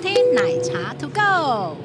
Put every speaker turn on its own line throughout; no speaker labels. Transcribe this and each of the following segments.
听奶茶 To Go。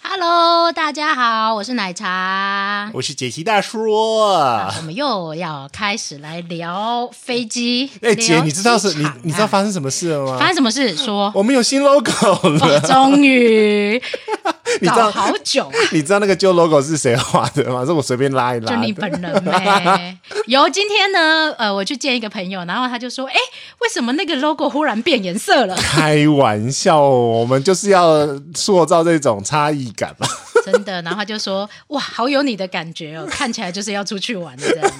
Hello，大家好，我是奶茶。
我是解析 大叔。
啊我们又要开始来聊飞机。
哎、姐，
聊
你知道是
机
你
场
你知道
啊
发生什么事了
发
吗？
生什么事？说，
我们有新 logo
哦
了，
终于
你知
搞
道
好久 啊。
你知道那个旧 logo 是谁画的吗？是我随便拉一拉
就
的。？
你本人呗。有今天呢，呃，我去见一个朋友，然后他就说：“哎，为什么那个 logo 忽然变颜色了
开玩笑，哦我们就是要塑造这种差异感嘛。
真的。”然后他就说：“哇，好有你的感觉 哦，看起来就是要出去玩的这样，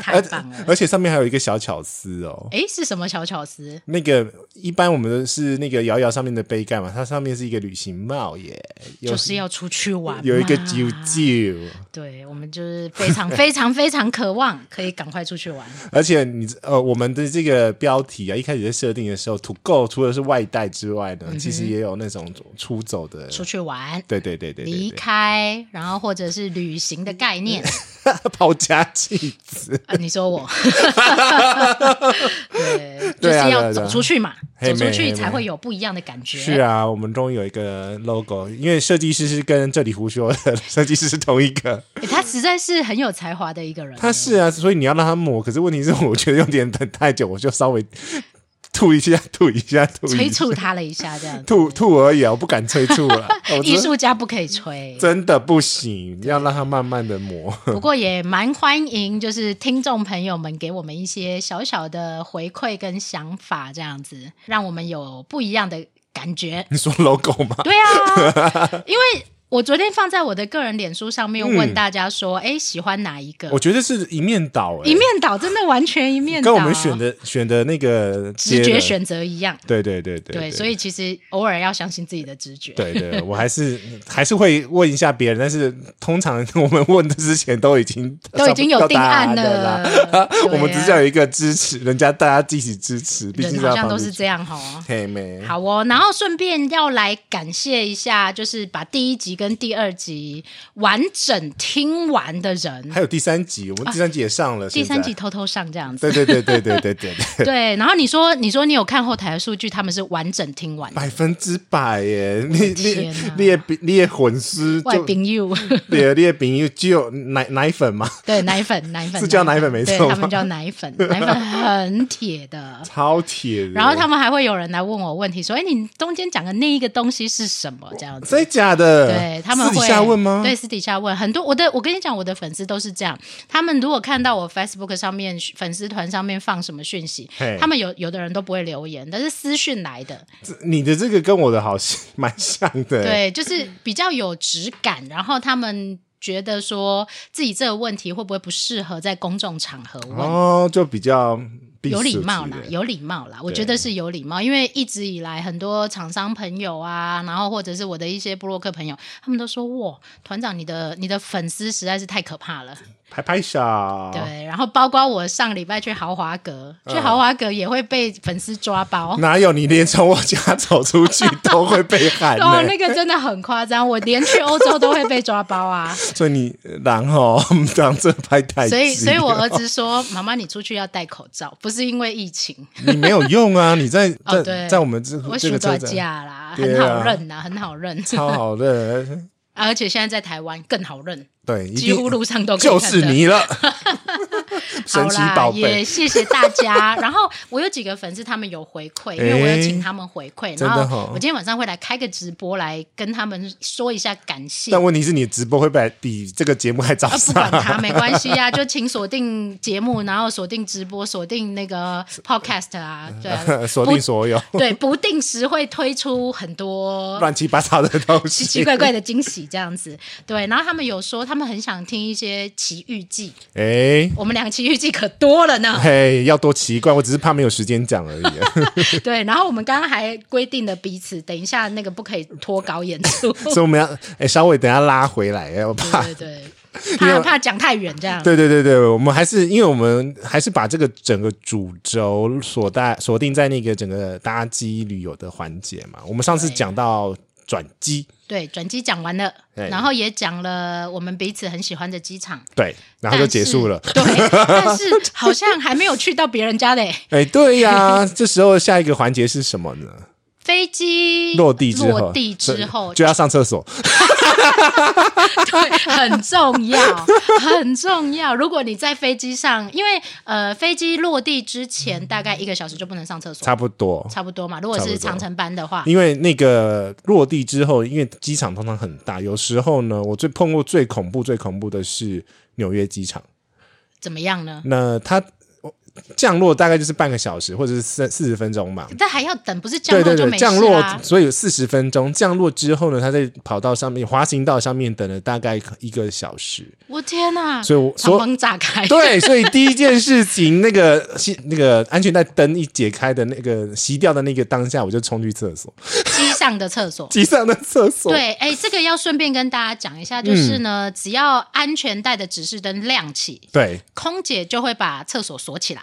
太
而
棒 了。
而且上面还有一个小巧思哦”。
哎，是什么小巧思？
那个一般我们都是那个摇摇上面的杯盖嘛，它上面是一个旅行帽耶，有、
就是要出去玩嘛，
有一个啾啾。
对我们就是非常非常非常渴望可以赶快出去玩。
而且你呃，我们的这个标题啊，一开始在设定的时候，to go 除了是外带之外
嗯
呢，其实也有那种出走的，
出去玩，
对对对对对
离
对，
开，然后或者是旅行的概念
抛家弃 子，
啊，你说我，对，就
对啊
是
对
要
啊对啊
走出去嘛，
嘿
走
妹
出
嘿
去
妹
才会有不一样的感觉。
是啊，我们终于有一个 logo，因为设计师是跟这里胡说的设计师是同一个，
诶他实在是很有才华的一个人。
他是啊，所以你要让他抹，可是问题是我觉得有点等太久，我就稍微吐一下，吐一下，吐
催
一下，
促他了一下，这样子
吐吐而已啊，我不敢催 吐了， 我
艺
真的
术家不可以 催。
真的不行，要让他慢慢的磨。
不过也蛮欢迎，就是听众朋友们给我们一些小小的回馈跟想法，这样子让我们有不一样的感 觉。
你说 logo 吗？
对啊，因为我昨天放在我的个人脸书上面问
嗯
大家说，哎、喜欢哪一个？
我觉得是一面倒、欸，
一面倒，真的完全一面倒，啊
跟我们选的选的那个
直
接
觉
的，
选择一样。
对对对对
对所以其实偶尔要相信自己的直觉。
对对， 我还是还是会问一下别人，但是通常我们问的之前都已经
都已经有定案
到答案
了
了啦，，
对啊
我们只是要有一个支持，人家大家一起支持， 毕
人
竟
好像都
放
是
进去
这样哈。
嘿妹，
好哦，然后顺便要来感谢一下，就是把第一集跟第二集完整听完的人，
还有第三集，我们第三集也上了，
第三集
现在，
偷偷上这样子。
对对对对对对 对对。
对，然后你说你说你有看后台的数据，他们是完整听完的。
百分之百耶！你
天
你
哪
你也你也混丝，
外
就
宾 you，
你的你也饼又只有奶奶粉嘛，
对奶粉奶粉
是叫奶粉没
对
错
他
吧
们叫奶粉，奶粉很铁 的。
超铁的。
然后他们还会有人来问我问题，说：“哎，你中间讲的那一个东西是什么？”这样子。
真假的？
对他们会
私底下问吗？
对，呃私底下问很多。我的，我跟你讲，我的粉丝都是这样。他们如果看到我 Facebook 上面粉丝团上面放什么讯息
嘿，
他们有有的人都不会留言，但是私讯来的，
这，你的这个跟我的好像蛮像的。，
对，就是比较有质感。然后他们觉得说自己这个问题会不会不适合在公众场合问？
哦，就比较避
有礼
世
貌
之
啦，
人
有礼貌啦，我
对
觉得是有礼貌，因为一直以来很多厂商朋友啊，然后或者是我的一些布洛克朋友，他们都说哇，团长你的你的粉丝实在是太可怕了，
拍拍手。
对，然后包括我上礼拜去豪华阁，
嗯
去豪华阁也会被粉丝抓 包。
哪有你连从我家走出去都会被喊
哦，
呢？
那个真的很夸张，我连去欧洲都会被抓包啊！
所以你然后当这拍 太极，
所以，所以我儿子说：“妈妈，你出去要戴口罩，不是因为疫 情，
你没有用啊！你在
哦对
在在我们这
我
这
暑
个车
假
站
假啦，
对
很
啊
好认呐、很好认，啊
超好的，
而且现在在台湾更好认。”
对，一
几
定
乎路上都可以
就
看
是
到。
你了，神
好
奇
啦，
宝
也
贝，
谢谢大家。 然后我有几个粉丝，他们有回馈，因为我有请他们回馈。
真
然
的
后
哦
我今天晚上会来开个直播，来跟他们说一下感谢。
但问题是你的直播会不会比这个节目还早
啊，不
上
管？他没关系啊，就 请锁定节目，然后锁定直播，锁定那个 podcast 啊，对啊
锁定所有
对，不定时会推出很多
乱七八糟的东
奇
西，
奇 怪怪的惊喜，这样子。对，然后他们有说，他们很想听一些奇遇记，
哎。
我们两个奇遇记可多了 呢。
嘿要多奇怪！我只是怕没有时间讲 而已，啊
对，然后我们刚刚还规定了彼此，等一下那个不可以脱稿演出。
所以我们要哎、稍微等一下拉回来，哎我怕
对对对，怕怕讲太远这样。
对对对对，我们还是因为我们还是把这个整个主轴锁在锁定在那个整个搭机旅游的环节嘛。我们上次
对
讲到转机，
对，转机讲完了，
对
然后也讲了我们彼此很喜欢的机场，
对，然后就结束了。
但是。对，但是好像还没有去到别人家的欸
哎，对呀，这时候下一个环节是什么呢？
飞机
落地之 后，
落地之后
就要上厕所。
对，很重要，很重要。如果你在飞机上，因为呃，飞机落地之前大概一个小时就不能上厕所，
差不多，
差不多嘛。如果
差
是
不多
长程班的话，
因为那个落地之后，因为机场通常很大，有时候呢，我最碰过最恐怖、最恐怖的是纽约机场。
怎么样呢？
那它哦降落大概就是半个小时，或者是三四十分钟嘛。
但还要等，不是降
对
落
对
就
对
没，事啊啦。
降落，所以有四十分钟。降落之后呢，他在跑道上面、滑行道上面等了大概一个小时。
我天哪、
所以我
敞
所
篷炸开，
对，所以第一件事情，那个吸那个安全带灯一解开的那个熄掉的那个当下，我就冲去厕所，
机上的厕 所。
机上的厕所。
对，哎，这个要顺便跟大家讲一下，就是
嗯
呢，只要安全带的指示灯亮起，
对，
空姐就会把厕所锁起来。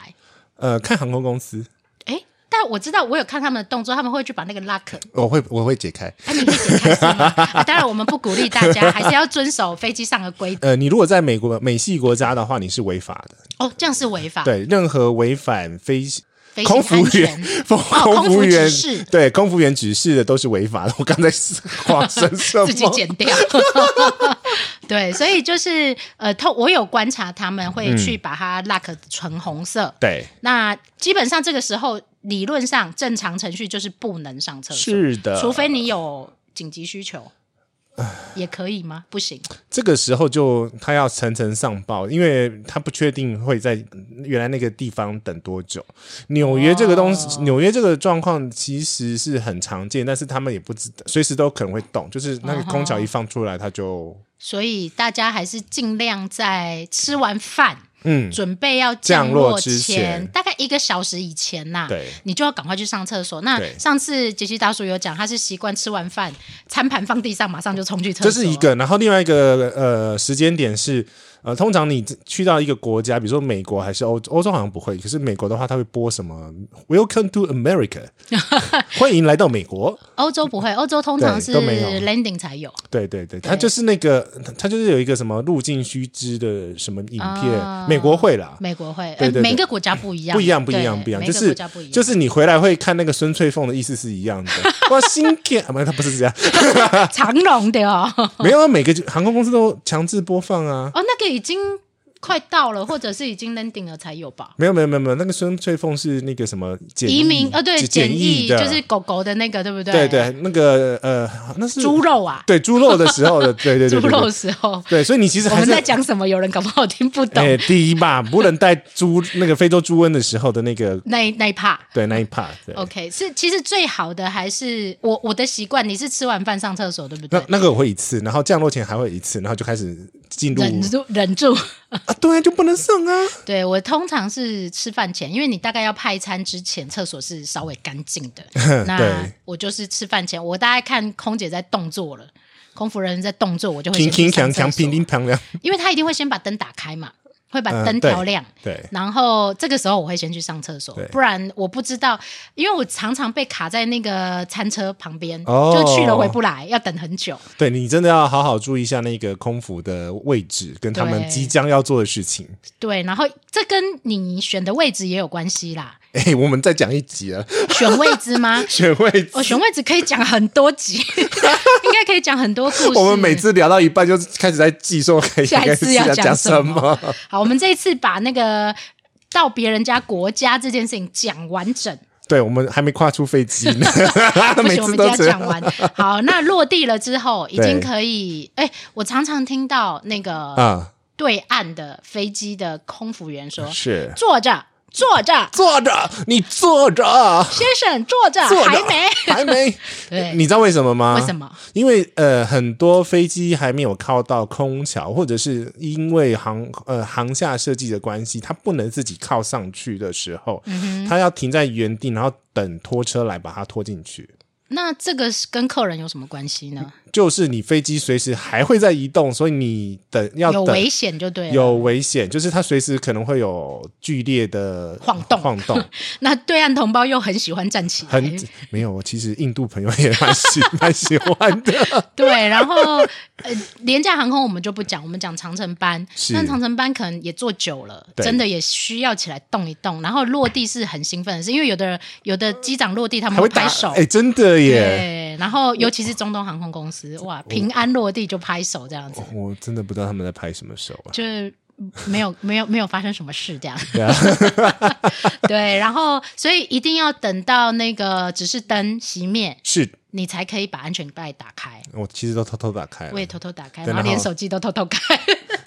呃，看航空公司，
哎，但我知道，我有看他们的动作，他们会去把那个 lock
我会我会解开。
那、啊、你会解开是 吗、啊当然，我们不鼓励大家，还是要遵守飞机上的规则。
呃，你如果在美国美系国家的话，你是违法的。
哦，这样是违法。，
对，任何违反飞
飞
空
行
服
安
员
全。、 哦
空
空
服
服指
员
示
对空服员指示的都是违法的。我刚才是 发生什么？
自己剪掉， 对，所以就是呃，透我有观察，他们会
嗯
去把它 lock 纯红色。
对，
那基本上这个时候，理论上正常程序就是不能上厕所，
是的。
除非你有紧急需求，也可以吗？不行，
这个时候就他要层层上报，因为他不确定会在原来那个地方等多久。纽约这个东西，纽约这个状况其实是很常见，但是他们也不知道，随时都可能会动，就是那个空调一放出来，他就
所以大家还是尽量在吃完饭。
嗯，
准备要
降
落
落之前
大概一个小时以前呐、
对
你就要赶快去上厕所。那
对
上次杰西大叔有讲，他是习惯吃完饭，餐盘放地上，马上就冲去厕
这
所。
是一个。然后另外一个呃时间点是。呃，通常你去到一个国家，比如说美国还是欧欧洲，好像不会。可是美国的话，他会播什么 “Welcome to America”，欢迎来到美国。
欧洲不会，欧洲通常
对
是
都没有
landing 才有。
对对对，它就是那个，它就是有一个什么入境须知的什么影片，
啊
美国会啦，
美国会，
对对
呃
对
每个国家不一样，
不一样，不一
对
样，不一样，
每
就
个国
是
家不一样，
就是你回来会看那个孙翠凤的意思是一 样的，哇，新片，啊不，他不是这样，
长龙的哦。
没有，啊每个航空公司都强制播放啊，
哦，那个已经快到了，或者是已经 landing 了才有吧？
没有，没有，没有，没有，那个孙翠凤是那个什么简易
移民呃，对，
简
简
易
易
的，
就是狗狗的那个，对不对？
对对，那个呃，那是
猪，肉啊，
对猪肉的时候的， 对对对
猪
对
肉
对，
时候。
对，所以你其实
我
还
们
是
在讲什么？有人搞不好听不懂。
哎，第一吧，不能带猪那个非洲猪瘟的时候的那个。
那一那一趴。
对那一 part，对
OK，是其实最好的还是我我的习惯，你是吃完饭上厕所对不
那
对？
那个我会一次，然后降落前还会一次，然后就开始进入
忍住忍住，
啊，对啊，就不能上啊。
对我通常是吃饭前，因为你大概要派餐之前，厕所是稍微干净的。那
对
我就是吃饭前，我大概看空姐在动作了，空服人在动作，我就会
平
先
平
去
强
上
强，
厕所
平平强强。
因为他一定会先把灯打开嘛，会把
嗯
灯
对
调亮。
对，
然后这个时候我会先去上厕所
对，
不然我不知道，因为我常常被卡在那个餐车旁边，
哦
就去了回不来，要等很久。
对你真的要好好注意一下那个空服的位置，跟他们
对
即将要做的事情。
对，然后这跟你选的位置也有关系啦，
哎，我们再讲一集啊，？
选位置吗
选位置。
哦，选位置可以讲很多集， 应该可以讲很多故事。
我们每次聊到一半就开始在计说可以
哦下一次要
讲
讲
什
什
么
么。好，我们这一次把那个到别人家国家这件事情讲完整。
对，我们还没跨出飞机 呢，
不
每
行，我
次
们
都
就要
这
讲
样。
完。好，那落地了之 后，已
对
经可以。哎、我常常听到那个
啊，
对岸的飞机的空服员说
是：“
坐着，坐着，
坐着，你坐着，
先生，坐着，
坐着，啊
还没。
还 没。
对
你知道为什么吗？
为什么？
因为呃，很多飞机还没有靠到空桥，或者是因为航呃航下设计的关系，它不能自己靠
嗯
上去的时候，它要停在原地，然后等拖车来把它拖进去。
那这个是跟客人有什么关系呢？
就是你飞机随时还会在移动，所以你等要
有
等
危险就对了。
有危险，就是它随时可能会有剧 烈的
晃动
晃动
那对岸同胞又很喜欢站起来，
很没有。其实印度朋友也蛮喜蛮喜欢的，
对，然后呃，廉价航空我们就不讲，我们讲长城班。
是
但长城班可能也坐久了，
对
真的也需要起来动一动。然后落地是很兴奋的事，因为有的人有的机长落地 他
还
们
会打
拍手，
哎、真的耶！
对。然后尤其是中东航空公司，哇，平安落地就拍手这样子，
我真的不知道他们在拍什么手啊。
就是。没有 没有没有发生什么事 这样，
对啊，
对，然后所以一定要等到那个指示灯熄灭，
是
你才可以把安全带打开。
我其实都偷偷打开
我
了
也。偷偷打开，
对
然后连
然后
手机都偷偷开。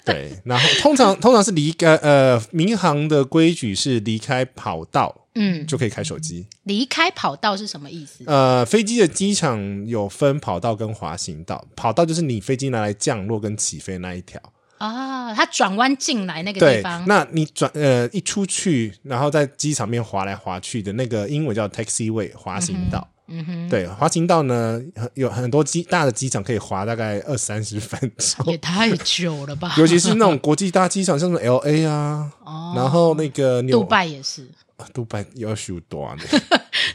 对，然后通常通常是离开呃，民航的规矩是离开跑道
嗯，
就可以开手机。
离开跑道是什么意思？
呃，飞机的机场有分跑道跟滑行道，跑道就是你飞机拿来降落跟起飞那一条。
啊，他转弯进来那个地
对
方，，
那你转呃一出去，然后在机场面滑来滑去的那个英文叫 taxi way 滑行道。
嗯哼，
对，滑行道呢很有很多机大的机场可以滑大概二三十分钟，
也太久了 吧？
尤其是那种国际大机场，像什么 L A 啊，
哦
然后那个纽
杜拜也是，
啊杜拜有许多呢。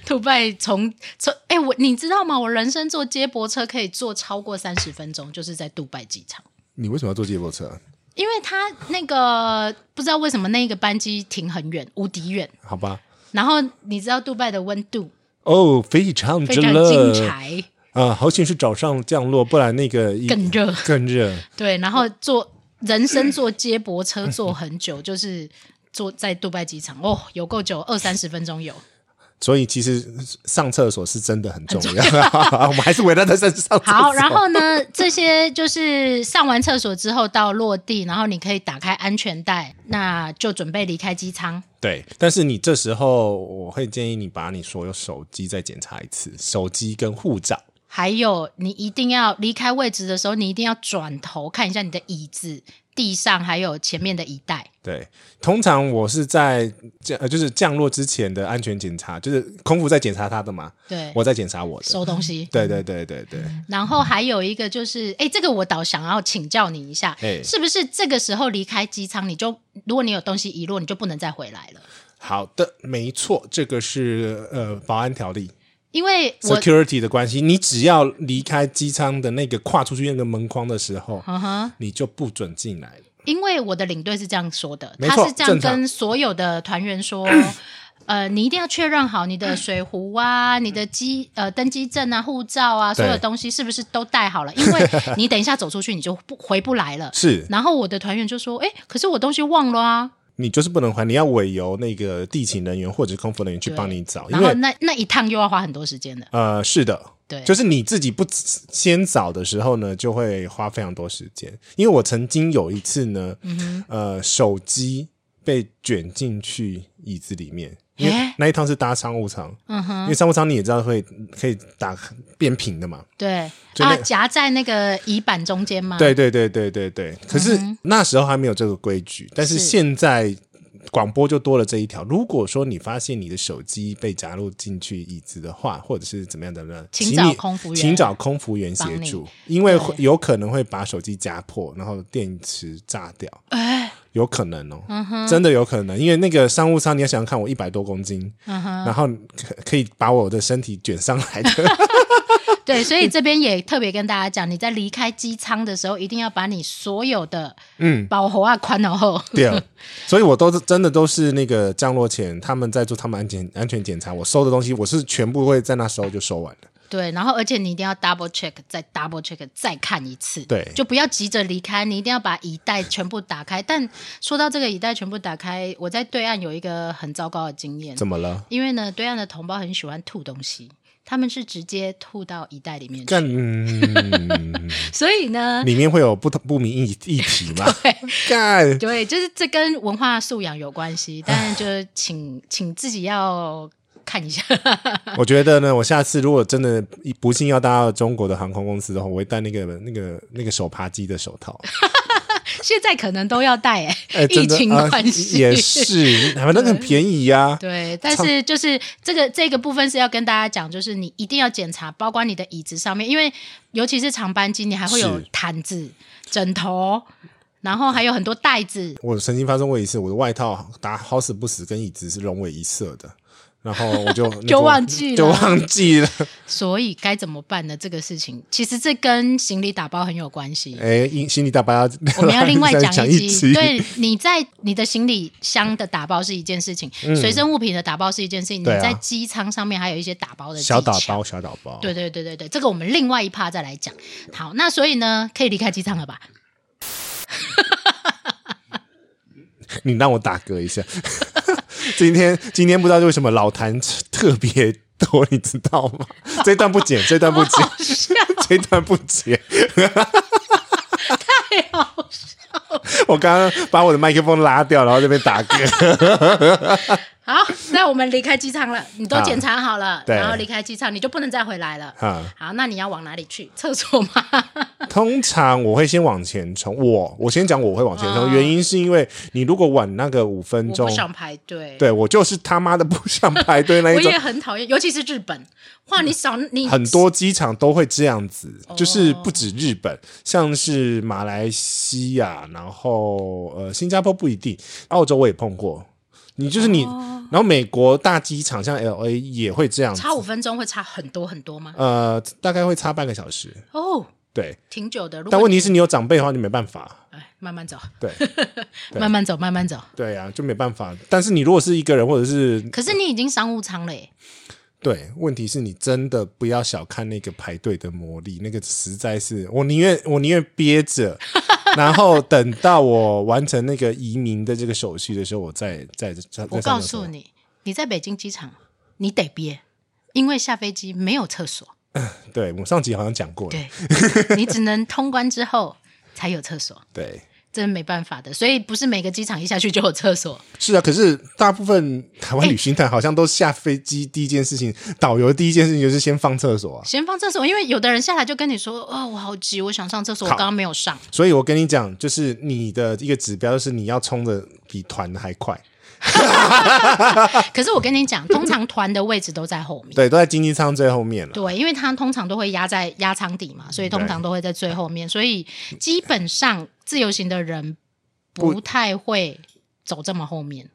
杜拜从从哎、我你知道吗？我人生坐接驳车可以坐超过三十分钟，就是在杜拜机场。
你为什么要坐接驳车？
因为他那个不知道为什么那个班机停很远，无敌远。
好吧，
然后你知道杜拜的温度
哦，非常
非
之
常
热
精彩，
啊、好险是早上降落，不然那个一
更热。
更热。
对，然后坐人生坐接驳车坐很久，就是坐在杜拜机场哦，有够久，二三十分钟有。
所以其实上厕所是真的很重要， 我们还是围绕在身上。
好，然后呢，这些就是上完厕所之后到落地，然后你可以打开安全带，那就准备离开机舱。
对，但是你这时候我会建议你把你所有手机再检查一次，手机跟护照。
还有，你一定要离开位置的时候，你一定要转头看一下你的椅子、地上还有前面的椅带。
对，通常我是在降呃，就是降落之前的安全检查，就是空服在检查他的嘛，
对，
我在检查我的。
收东西。
对对对对对，
然后还有一个就是，哎，这个我倒想要请教你一下，
哎
是不是这个时候离开机舱，你就如果你有东西遗落，你就不能再回来了？
好的，没错，这个是呃保安条例
因为我，
security 的关系，你只要离开机舱的那个跨出去那个门框的时候，
嗯哼，
你就不准进来了。
因为我的领队是这样说的，
没
他
错
是这样
正常
跟所有的团员 说。呃，你一定要确认好你的水壶啊、你的机呃登机证啊、护照啊，所有
嗯对
东西是不是都带好了？因为你等一下走出去，你就不回不来了。
是
然后我的团员就说：“哎，可是我东西忘了啊。
你就是不能还，你要委由那个地勤人员或者空服人员去帮你找，”因
然后
为
那那一趟又要花很多时间的。
呃，是的，
对，
就是你自己不先找的时候呢，就会花非常多时间。因为我曾经有一次呢，
嗯
呃，手机被卷进去椅子里面，因为
诶
那一趟是搭商务舱，
嗯哼，
因为商务舱你也知道会可以打变平的嘛，
对
就
啊，
那
夹在那个椅板中间吗？，
对对对对对对。可是那时候还没有这个规矩，但是
嗯是
现在广播就多了这一条。如果说你发现你的手机被夹入进去椅子的话，或者是怎么样怎么样，
请
请
找
你
空服员
请找空服员协
帮
助
你，
因为
对
会有可能会把手机夹破，然后电池炸掉。
哎，
有可能哦，
嗯
真的有可能，因为那个商务舱，你要想想看，我一百多公斤，
嗯
然后可可以把我的身体卷上来的，
对， 所以这边也特别跟大家讲，你在离开机舱的时候，一定要把你所有的嗯保护啊、宽然后
对啊，所以我都是真的都是那个降落前他们在做他们安全安全检查，我收的东西我是全部会在那时候就收完 了。
对，然后而且你一定要 double check 再 double check 再看一次，
对
就不要急着离开，你一定要把椅带全部打开。但说到这个椅带全部打开，我在对岸有一个很糟糕的经验，
怎么了？
因为呢，对岸的同胞很喜欢吐东西，他们是直接吐到椅带里面去，
干、嗯
所以呢，
里面会有不同不明议议题 吗？
啊
干
对，就是这跟文化素养有关系，但就是请请自己要看一下。
我觉得呢，我下次如果真的不幸要搭到中国的航空公司的话，我会戴那个那个那个手扒鸡的手套，
现在可能都要带哎、
哎，
疫
真的
情
啊
关系、
也是，反正很便宜呀、
对，但是就是这个这个部分是要跟大家讲，就是你一定要检查，包括你的椅子上面，因为尤其是长班机，你还会有
是
毯子、枕头，然后还有很多袋子。
我曾经发生过一次，我的外套打好死不死跟椅子是融为一色的，然后 我就那个
忘记了
就忘记了。
所以该怎么办呢？这个事情其实这跟行李打包很有关系。
哎，心心里大 把，
我们要另外
讲
讲
一
集，
集，
对，你在你的行李箱的打包是一件事情，随身物品的打包是一件事情，你
嗯对啊
在机舱上面还有一些打包的技
小打
巧
包，小打包，
对对对对对，这个我们另外一趴再来讲。好，那所以呢，可以离开机场了 吧？
你让我打嗝一下。今天今天不知道为什么老谭特别多，你知道 吗？这段不剪，这段不剪，这段不剪。
太好笑。
我刚刚把我的麦克风拉掉，然后这边打嗝。
好，那我们离开机场了，你都
好
检查好了，
对嗯
然后离开机场，你就不能再回来了。
哈，
好，那你要往哪里去？厕所吗？
通常我会先往前冲，我我先讲我会往前冲，原因是因为你如果晚那个五分
啊我
钟
不，想排队。
对我就是他妈的 不想排队那一
我
种
也。很讨厌，尤其是日本。哇，你少你
很多机场都会这样子，
哦
就是不止日本，像是马来西亚，然后呃新加坡不一定，澳洲我也碰过。你就是你，
哦
然后美国大机场像 L A 也会这样子，
差五分钟会差很多很多吗？
呃，大概会差半个小时。
哦，
对，
挺久的。如果
但问题
你
是你有长辈的话，你没办法。
哎，慢慢走，
对
慢慢走，慢慢走。
对啊，就没办法。但是你如果是一个人，或者是
可是你已经商务舱了耶，
对，问题是你真的不要小看那个排队的魔力，那个实在是我宁愿我宁愿 憋着，然后等到我完成那个移民的这个手续的时候，我再再再。
我
再上
告
厕所
诉你，你在北京机场，你得憋，因为下飞机没有厕所，
对我上集好像讲过了，
对你只能通关之后才有厕所，
对，
这是没办法的。所以不是每个机场一下去就有厕所，
是啊。可是大部分台湾旅行团好像都下飞机第一件事情，导游第一件事情就是先放厕所啊。
先放厕所，因为有的人下来就跟你说：“哦，我好急，我想上厕所，我
好
刚刚没有上。
所以我跟你讲，就是你的一个指标就是你要冲的比团还快，”
可是我跟你讲，通常团的位置都在后面。
对，都在经济舱最后面了。
对，因为他通常都会压在压舱底嘛，所以通常都会在最后面，所以基本上自由行的人不太会走这么后面，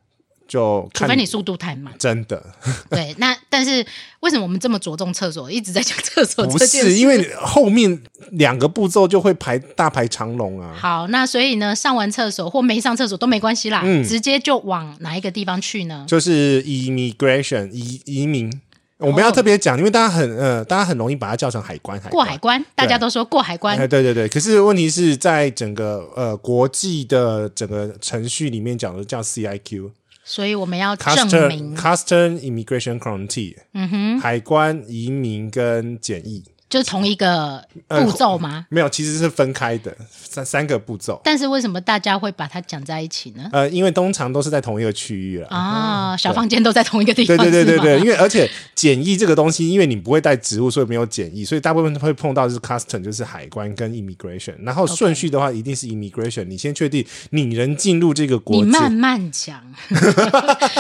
就
除
看
非你速度太慢。
真的。
对，那但是为什么我们这么着重厕所，一直在讲厕所
不
这件
是，
事？
因为你后面两个步骤就会排大排长龙啊。
好，那所以呢，上完厕所或没上厕所都没关系啦，
嗯
直接就往哪一个地方去呢？
就是 immigration 移移民，我们要特别讲，因为大家很呃，大家很容易把它叫成海关，海
哦过
关
海关，大家都说过海关
哎，，对对对。可是问题是在整个呃国际的整个程序里面讲的叫 CIQ
所以我们要证
Custom
明，
Custom Immigration Control，嗯哼，海关、移民跟检疫
就是同一个步骤吗？
没有，其实是分开的三三个步骤。
但是为什么大家会把它讲在一起呢？
呃，因为通常都是在同一个区域了，
啊，小房间都在同一个地
对
方，
对对对对，
是吗
因为而且检疫这个东西，因为你不会带植物，所以没有检疫，所以大部分会碰到就是 custom，就是海关跟 immigration。然后顺序的话，一定是 immigration，你先确定你人进入这个国
你
界。
慢慢 讲，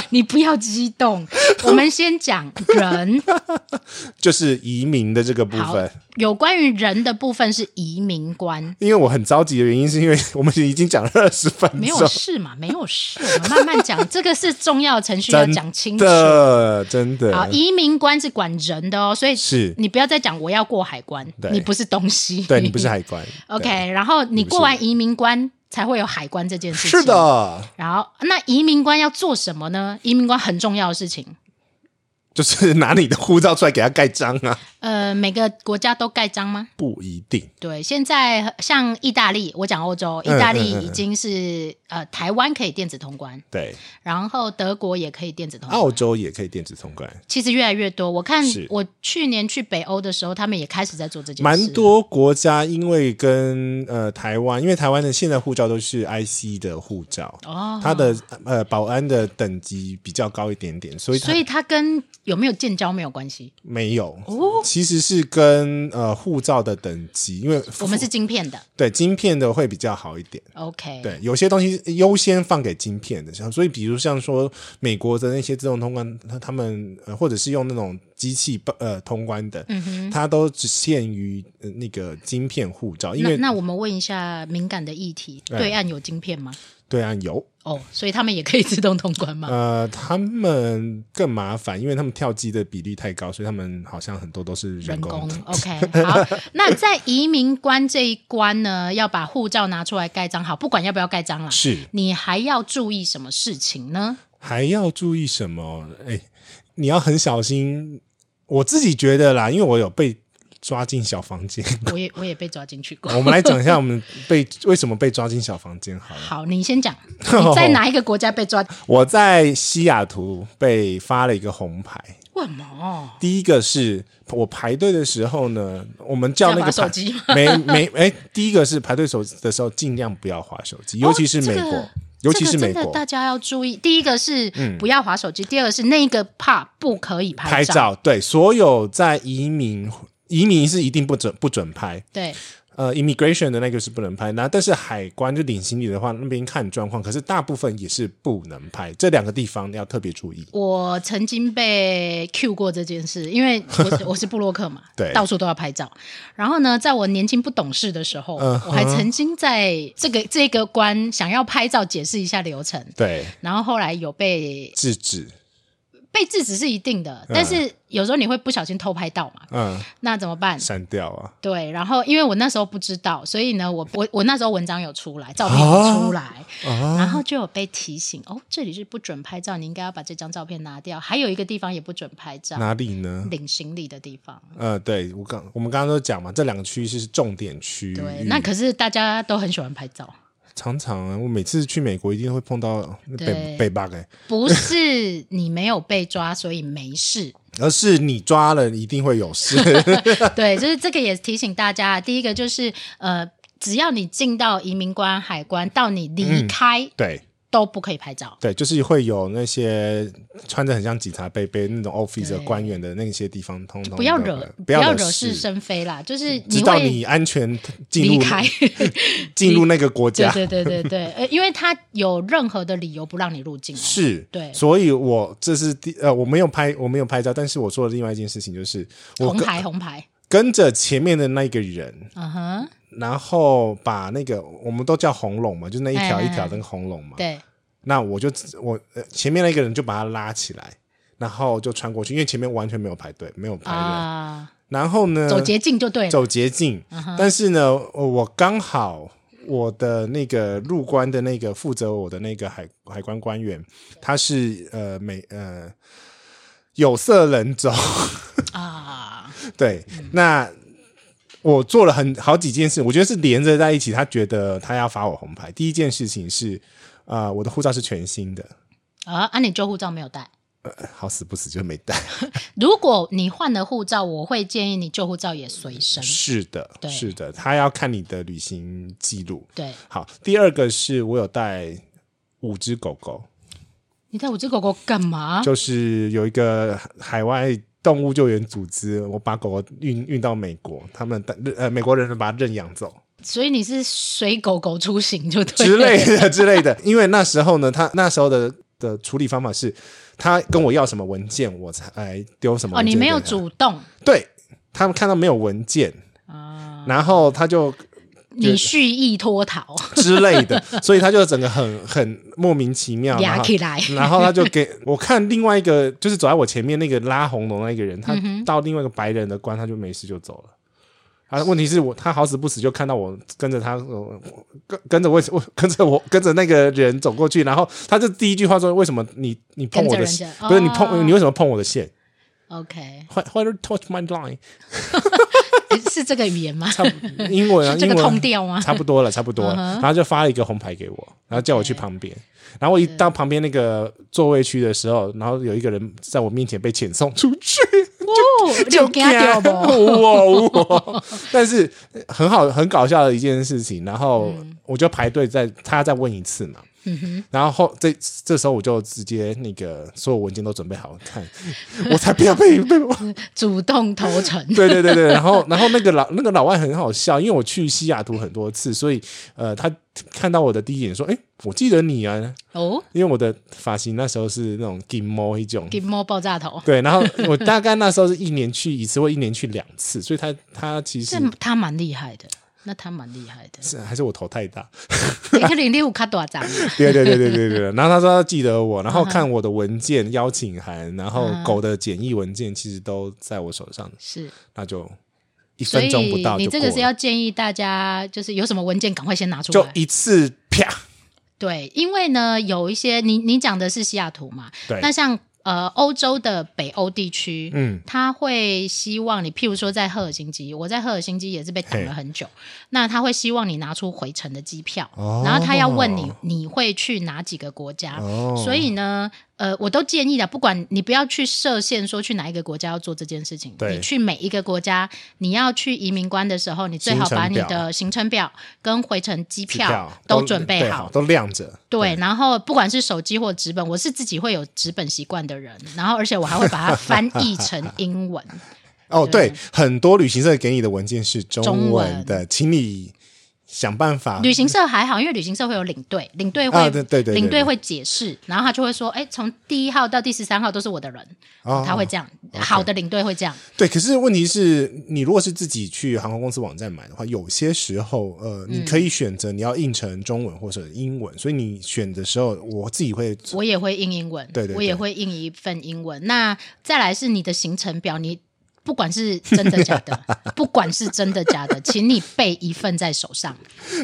你不要激动，我们先讲人。
就是移民的这个部
好
分。，
有关于人的部分是移民官，
因为我很着急的原因，是因为我们已经讲了二十分
没有
钟，
事嘛，没有事，我们慢慢讲，这个是重要程序要
真
讲清楚。
的真
好，
的
移民官是管人的哦，所以
是
你不要再讲我要过海关
对，
你不是东西，
对你不是海关 对
OK，然后你过完移民关才会有海关这件事情。
是。的，
然后，那移民官要做什么呢？移民官很重要的事情，
就是拿你的护照出来给他盖章啊，
呃，每个国家都盖章吗？
不一定。
对，现在像意大利，我讲欧洲，意
嗯
大利
嗯嗯
已经是、呃台湾可以电子通关，
对，
然后德国也可以电子通关。
澳洲也可以电子通关。
其实越来越多，我看
哦是
我去年去北欧的时候，他们也开始在做这件事，
蛮。多国家因为跟呃台湾，因为台湾的现在护照都是 IC 的护照，
哦，
它的呃保安的等级比较高一点点，所以它
所以它跟有没有建交没有关系
没有。
哦
其实实是跟呃护照的等级，因为
我们是晶片的
对晶片的会比较好一点。
，OK，
对，有些东西优先放给晶片的，像所以比如像说美国的那些自动通关，他他们、呃、或者是用那种机器呃通关的，它都只限于、呃那个晶片护照，因
那
为
那我们问一下敏感的议题，
哎
对岸有晶片吗？
对岸有
哦，所以他们也可以自动通关吗？
呃，他们更麻烦，因为他们跳机的比例太高，所以他们好像很多都是人
人
工的。
工 ，OK，好。那在移民关这一关呢，要把护照拿出来盖章，好，不管要不要盖章啦，
是
你还要注意什么事情 呢？
还要注意什么？哎，你要很小心。我自己觉得啦，因为我有被抓进小房间。
我也我也被抓进去过。
我们来讲一下我们被为什么被抓进小房间好了。
好，你 先讲，
哦
你在哪一个国家被抓？
我在西雅图被发了一个红牌。
为什么？
第一个是我排队的时候呢，我们叫那个
要滑
排
手机吗
没没哎，第一个是排队手的时候尽量不要划手机，尤其是美
这
国，
个
尤其
哦
是
这个
美
真的
国。嗯
大家要注意。第一个是不要划手机，第二个是那个怕不可以
拍
照。
照对所有在移民移民是一定不准不准拍，
对，
呃，immigration 的那个是不能拍，那但是海关就领行李的话，那边看状况，可是大部分也是不能拍，这两个地方要特别注意。
我曾经被 Q 过这件事，因为 我是我是布洛克嘛，
对
到处都要拍照。然后呢，在我年轻不懂事的时候，
嗯哼嗯
我还曾经在这个这个关想要拍照，解释一下流程。
对，
然后后来有被
制止，
被制止是一定的，但是有时候你会不小心偷拍到嘛，
嗯，
那怎么办？
删掉啊，
对，然后因为我那时候不知道，所以呢，我我我那时候文章有出来，照片
啊
有出来，然后就有被提醒哦，这里是不准拍照，你应该要把这张照片拿掉。还有一个地方也不准拍照，
哪里呢？
领行李的地方。
呃，对我刚我们刚刚都讲嘛，这两个区域是重点区域。
对，那可是大家都很喜欢拍照，
常常啊我每次去美国一定会碰到
对
被被 bug，、欸、
不是你没有被抓，所以没 事。
而是你抓了一定会 有事。
对，就是这个也提醒大家，第一个就是呃，只要你进到移民关、海关，到你离开、
对
都不可以拍照。
对，就是会有那些穿着很像警察背背那种 office 的
对
官员的那些地方，通通
不要
都
惹，
哦不
要
惹嗯
惹是生非啦，就是
直
你
到
会
你安全进
离
入
开。
进入那个国家。
对对对对对，呃，因为他有任何的理由不让你入境哦、
是，
对
所以我这是第呃，我没有拍，我没有拍照，但是我做的另外一件事情就是，我
红
跟
牌红牌，
跟着前面的那个人，
嗯哼，
然后把那个我们都叫红龙嘛，就那一条
哎哎
一条的那个红龙嘛，
对，
那我就我呃前面那个人就把他拉起来，然后就穿过去，因为前面完全没有排队，没有排人，
啊，
然后呢，
走捷径就对嗯了，
呃走捷径。但是呢，呃我刚好我的那个入关的那个负责我的那个海海关官员，他是呃美呃有色人种，
啊，
对，那。我做了很好几件事，我觉得是连着在一起。他觉得他要罚我红牌。第一件事情是，啊，我的护照是全新的，
啊，啊，你救护照没有带。
呃好死不死就没带。
如果你换了护照，我会建议你救护照也随身。
是的，
对
是的，他要看你的旅行记录。
对，
好，第二个是我有带五只狗狗，
你带我只狗狗干嘛？
就是有一个海外动物救援组织，我把狗狗运运到美国，他们 带呃美国人把它认养走
所以你是随狗狗出行就对了
之类的 之类的。因为那时候呢，他那时候的的处理方法是，他跟我要什么文件，我才丢什 么
哦，
文件
你没有
给他
主动
对他们看到没有文件，
啊，
然后他就
你蓄意脱 逃，
之类的，所以他就整个很很莫名其妙，然
压
后
起来。
然后他就给我看另外一个，就是走在我前面那个拉红龙那个人，他
嗯
到另外一个白人的关，他就没事就走了。啊，问题是我他好死不死就看到我跟着他，呃我跟 跟着我我跟着我跟着那个人走过去，然后他就第一句话说：“为什么你你碰我的
跟着人家
不是你
哦
碰你为什么碰我的线
OK，
？Why why do you touch my line？”
诶是这个语言吗？
差不英文啊，
是这
英
个
文啊
痛调吗？
差不多了，差不多了。然后就发了一个红牌给我，然后叫我去旁边。然后我一到旁边那个座位区的时候，然后有一个人在我面前被遣送出去，
哦，
就
就给他掉
怕
不？
我我，但是很好很搞笑的一件事情。然后我就排队在他再问一次嘛，然后后这这时候我就直接那个所有文件都准备好看，我才不要被被我
主动投诚。
对对对对，然后然后那个老那个老外很好笑，因为我去西雅图很多次，所以呃，他看到我的第一眼说：“哎、我记得你啊
哦！”，
因为我的发型那时候是那种 gimmo 一种。
给摸爆炸头，
对，然后我大概那时候是一年去一次或一年去两次，所以他他其实
这他蛮厉害的，那他蛮厉害的，
是还是我头太大，
你可能你有卡多张，啊
对对对对 对对。然后他说他记得我，然后
嗯
看我的文件邀请函，然后狗的简易文件其实都在我手上，
是，
那就一
所
分
以
钟不到
你
就
这
过
个是
了，
要建议大家，就是有什么文件赶快先拿出
就
来。
一次啪。
对，因为呢，有一些你你讲的是西雅图嘛，
对
那像呃欧洲的北欧地区，
嗯，
他会希望你，譬如说在赫尔辛基，我在赫尔辛基也是被等了很久，那他会希望你拿出回程的机票，
哦
然后他要问你你会去哪几个国家，
哦
啊所以呢，呃，我都建议的，不管你不要去设限说去哪一个国家要做这件事情，
对
你去每一个国家，你要去移民官的时候，你最好把你
行程表
的行程表跟回程机
机
票都准备
对
好。
都亮着。
对，然后不管是手机或纸本，我是自己会有纸本习惯的人，然后而且我还会把它翻译成英 文。
哦，
对
对，很多旅行社给你的文件是中
嗯中
文
文
的，请你想办法。
旅行社还好，因为旅行社会有领队，领队会、
啊对对对对
领
对
队会解释，然后他就会说，哎，从第一号到第十三号都是我的人，
哦
他会这样，好的领队会这样，
对，可是问题是你如果是自己去航空公司网站买的话，有些时候呃，你可
嗯
以选择你要印成中文或者英文，所以你选的时候，我自己会
我也会印英文，
对对对
我也会印一份英文。那再来是你的行程表，你。不管是真的假 的，不管是真的假的，请你备一份在手上。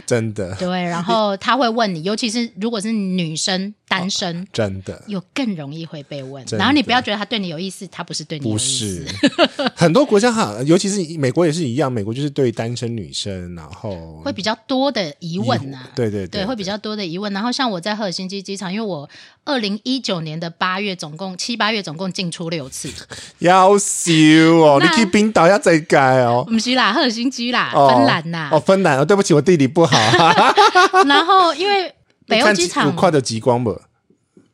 真的
对，然后他会问你，尤其是如果是女生单身，
真的
有更容易会被问。
真的
然后你不要觉得他对你有意思，他不是对你有
不
意思。
是 很多国家哈，尤其是美国也是一样，美国就是对单身女生，然后
会比较多的疑问呐、
对对
对，会比较多的疑问。然后像我在赫尔辛基机场，因为我二零一九年的八月，总共七八月总共进出六次，
要修哦，你
那
去冰岛要再改哦
我。们是啦，赫尔辛基啦，
哦
芬兰呐、
哦，芬兰哦，对不起，我地理不好。
然后因为 北欧机场
五块的极光吧，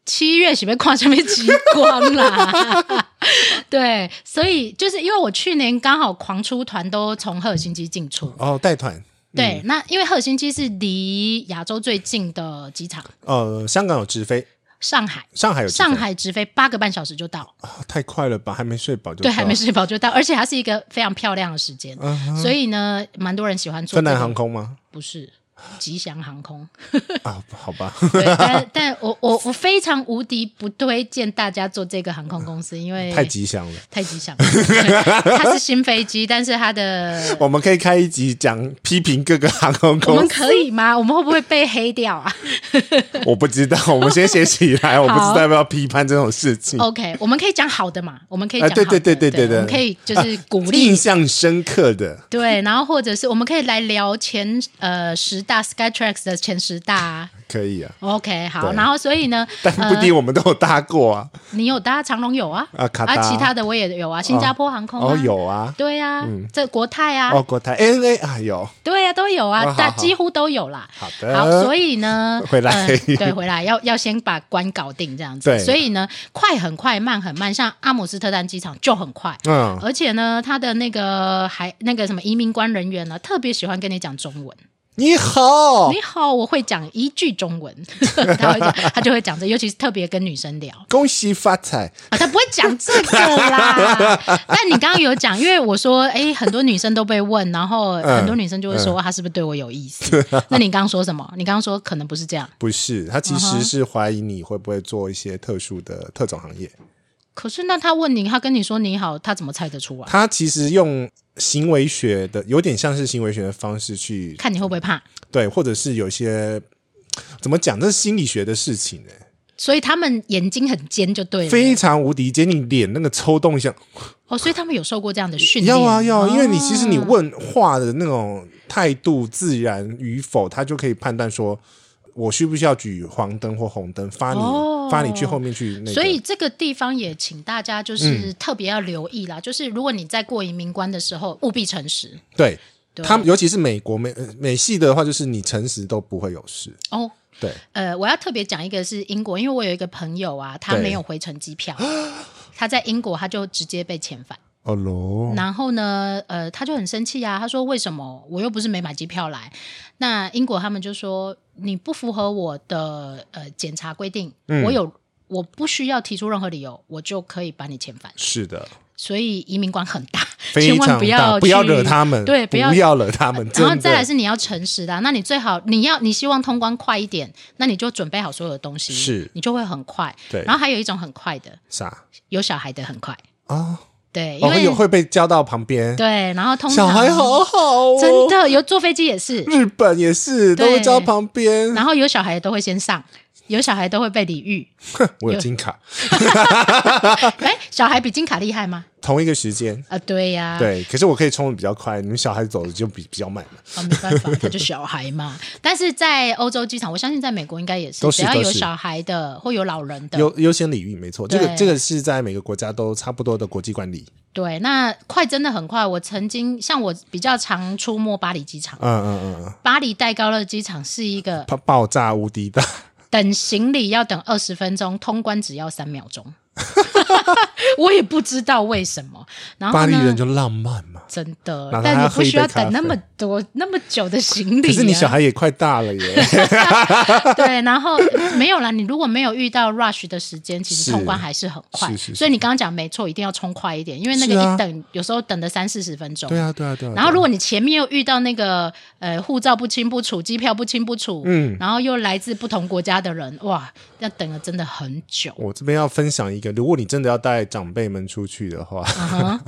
七月是被跨上面极光啦。 对，所以就是因为我去年刚好狂出团都从赫尔辛基进出，
哦，带团，
对，那因为赫尔辛基是离亚洲最近的机场，
呃，香港有直飞，
上海，
上海有直飞
上、海直飞八个半小时就到，
哦太快了吧，还没睡饱就
对，
到
还没睡饱就到，而且它是一个非常漂亮的时间，所以呢，蛮多人喜欢坐
芬兰
这个
航空吗？
不是。吉祥航空，
啊，好 吧，
对，但但我我我非常无敌不推荐大家坐这个航空公司，因为
太吉祥了。
太吉祥了。对它是新飞机，但是它的
我们可以开一集讲批评各个航空
我
公
们
司，嗯
可以吗？我们会不会被黑掉啊？
我 不知道，我们先写起来，我不知道要不要批判这种事情。
OK，我们可以讲好的嘛，我们可以讲
啊
好
对
的、
对对对对对啊
我们可以就是鼓励、
印象深刻的，
对，然后或者是我们可以来聊前呃十大 Skytrax 的前十大、啊、
可以啊，
，OK，好，
对
然后所以呢， 呃
但不敌我们都有搭过啊，
你有搭长龙有啊，
啊卡达
其他的我也有啊，新加坡航空啊，
哦，有啊，
对啊，这国泰啊，
哦，国泰 ANA 啊有，
对啊，都有
哦
啊
好，
但
好
几乎都有啦。
好的
好，所以呢，
回来
呃对，回来要要先把关搞定这样子。
对
所以呢，快很快，慢很慢，像阿姆斯特丹机场就很快。
嗯，
而且呢，他的那个还那个什么移民官人员呢，特别喜欢跟你讲中文。
你好，
你好，我会讲一句中文， 他会讲，他就会讲这，尤其是特别跟女生聊
恭喜发财，
啊，他不会讲这个啦。但你刚刚有讲，因为我说，哎，很多女生都被问，然后
嗯
很多女生就会说，他是不是对我有意思？
啊
那你刚刚说什么？你刚刚说可能不是这样，
不是，他其实是怀疑你会不会做一些特殊的特种行业。
可是那他问你，他跟你说你好，他怎么猜得出啊来？
他其实用行为学的，有点像是行为学的方式去
看你会不会怕？
对，或者是有一些怎么讲，这是心理学的事情呢、
所以他们眼睛很尖，就对了。
非常无敌接近脸那个抽动一下，
哦，所以他们有受过这样的训练。
要啊要啊，因为你
哦
其实你问话的那种态度、自然与否，他就可以判断说。我需不需要举黄灯或红灯，发你、
哦
发你去后面啊去那个？嗯
所以这个地方也请大家就是特别要留意啦，就是如果你在过移民关的时候，务必诚实
对
对
他们，尤其是美国美呃美系的话，就是你诚实都不会有事。
哦。
对，
呃，我要特别讲一个是英国，因为我有一个朋友啊，他
对
没有回程机票， 他在英国他就直接被遣返。
哦喽，
然后呢，呃，他就很生气啊，他说为什么我又不是没买机票来？那英国他们就说你不符合我的呃检查规定，
嗯
我有我不需要提出任何理由，我就可以把你遣返。
是的，
所以移民官很大，
非
千
常
万不要
大不要
去
惹他们，
对，
不
不要
惹他们，
然后
真
再来
的
是你要诚实的啊、那你最好你要你希望通关快一点，那你就准备好所有的东西，
是
你就会很快。
对
然后还有一种很快的，
傻
有小孩的很快，
啊，
对，因
哦
为、
会会被叫到旁边，
对，然后通
小
常
孩好好哦，
真的有坐飞机也是，
日本也是都
对
会招旁边。
然后有小孩的都会先上，有小孩都会被礼遇。
我有金卡，
哎，小孩比金卡厉害吗？
同一个时间。
啊、对呀、
对，可是我可以冲的比较快，你们小孩走的就比比较慢了。
啊，没办法，他就小孩嘛。但是在欧洲机场，我相信在美国应该也是，
都是
只要
都
有
是
小孩的或有老人的，
优优先礼遇没错，这个
对
这个是在每个国家都差不多的国际惯例。
对，那快真的很快。我曾经像我比较常出没巴黎机场，
嗯嗯嗯嗯，
巴黎戴高乐机场是一个
爆爆炸无敌大，
等行李要等二十分钟，通关只要三秒 钟。 我也不知道为什么，然后
巴黎人
呢？
就浪漫嘛。
真的
然后，还
但
要
你
喝
不
一
需
杯
要
咖
等那
啡
么多、那么久的行李、啊。
可是你小孩也快大了 耶，
对，然后没有啦。你如果没有遇到 rush 的时间，其
是
实通关还是很快。
是是是
所以你刚刚讲没错，一定要冲快一点，因为那
是
个
啊
一等、有时候等了三四十分钟。
对啊对啊对啊。
然后，
对
如
啊
果你前面又遇到那个呃护照不清不楚、机票不清不楚，嗯，然后又来自不同国家的人，哇，要等了真的很久。
我这边要分享一个，如果你真的要带长辈们出去的话，
啊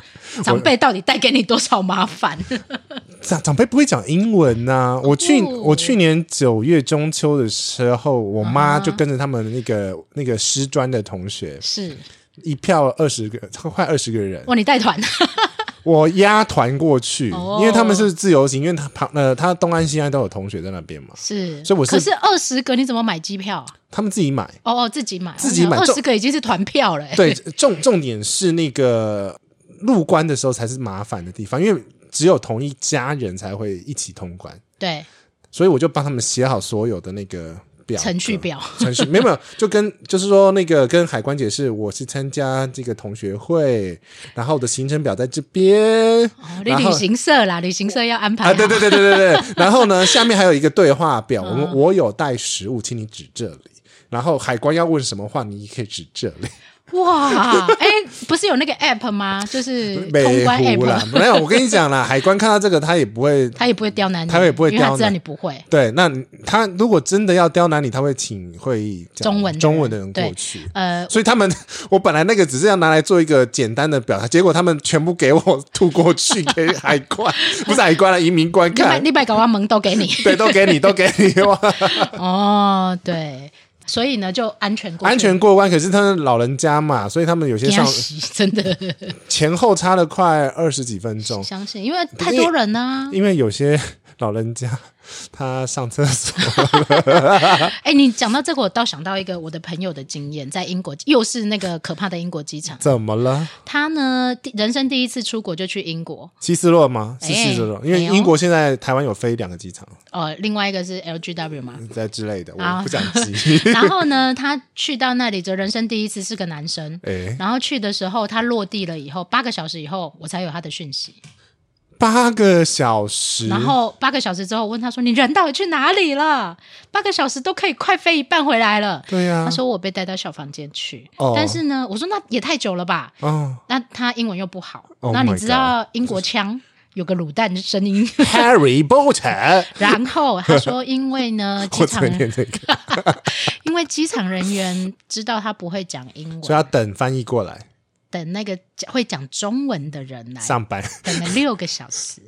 长辈到底带给你多少麻烦？
长长辈不会讲英文呐、
哦
我去、我去年九月中秋的时候，我妈就跟着他们那个、那个师专的同学，
是，
一票二十个，快二十个 人，
哇，你带 团
我压团过去，
哦
因为他们是自由行，因为他旁呃，他东安西安都有同学在那边嘛，
是，
所以我是
可是二十个你怎么买机票啊？
他们自己买。
哦哦，自己买，
自己买
二
这
十个已经是团票 了、欸。
对，重重点是那个入关的时候才是麻烦的地方，因为只有同一家人才会一起通关，
对，
所以我就帮他们写好所有的那个表格
程序表
程序没有没有，就跟就是说那个跟海关解释，我是参加这个同学会，然后我的行程表在这边。
哦，旅
然后
旅行社啦，旅行社要安排
啊，
好。
对对对对对对， 然后呢，下面还有一个对话表，我
嗯
们我有带食物，请你指这里。然后海关要问什么话，你可以指这里。
哇，哎，不是有那个 app 吗？就是通
美
关
湖啦
app，，
没有，我跟你讲啦，海关看到这个他也不会，
他也不会刁难你，
他也不会
因为
刁
他知道
难
你不会。
对，那你他如果真的要刁难你，他会请会议讲
中文的人
中文的人过
对
去。
呃，
所以他们， 我本来那个只是要拿来做一个简单的表达，结果他们全部给我吐过去给海 关，不是海关了，移民官
你买
看，
你买搞完萌都给 你
对，都 给你，都给你哇，
哦，对，所以呢就安全过去
安全过关。可是他们老人家嘛，所以他们有些
给
上
他洗，真的
前后差了快二十几分钟，
相信，因为太多人呢、
因为有些老人家他上厕所，
哎，你讲到这个，我倒想到一个我的朋友的经验，在英国又是那个可怕的英国机场，
怎么了？
他呢第人生第一次出国就去英国，
希斯洛吗？是
哎
希斯洛，因为
哎呦
英国现在台湾有飞两个机场，
呃，另外一个是 LGW 嘛，
在之类的，我
啊
不讲 机。
然后呢，他去到那里就人生第一次是个男生。
哎，
然后去的时候，他落地了以后，八个小时以后我才有他的讯息。
八个小时，
然后八个小时之后，我问他说：“你人到底去哪里了？八个小时都可以快飞一半回来了。
对啊呀、
他说：“我被带到小房间去。
哦
但是呢，我说：“那也太久了吧
哦？”
那他英文又不好，
Oh
那
my
你知道英国腔有个卤蛋的声音。
，Harry Potter，
然后他说：“因为呢，机
我
场
只念这个，
因为机场人员知道他不会讲英文，
所以要等翻译过来
等那个讲会讲中文的人来，
上班。
等了六个小时，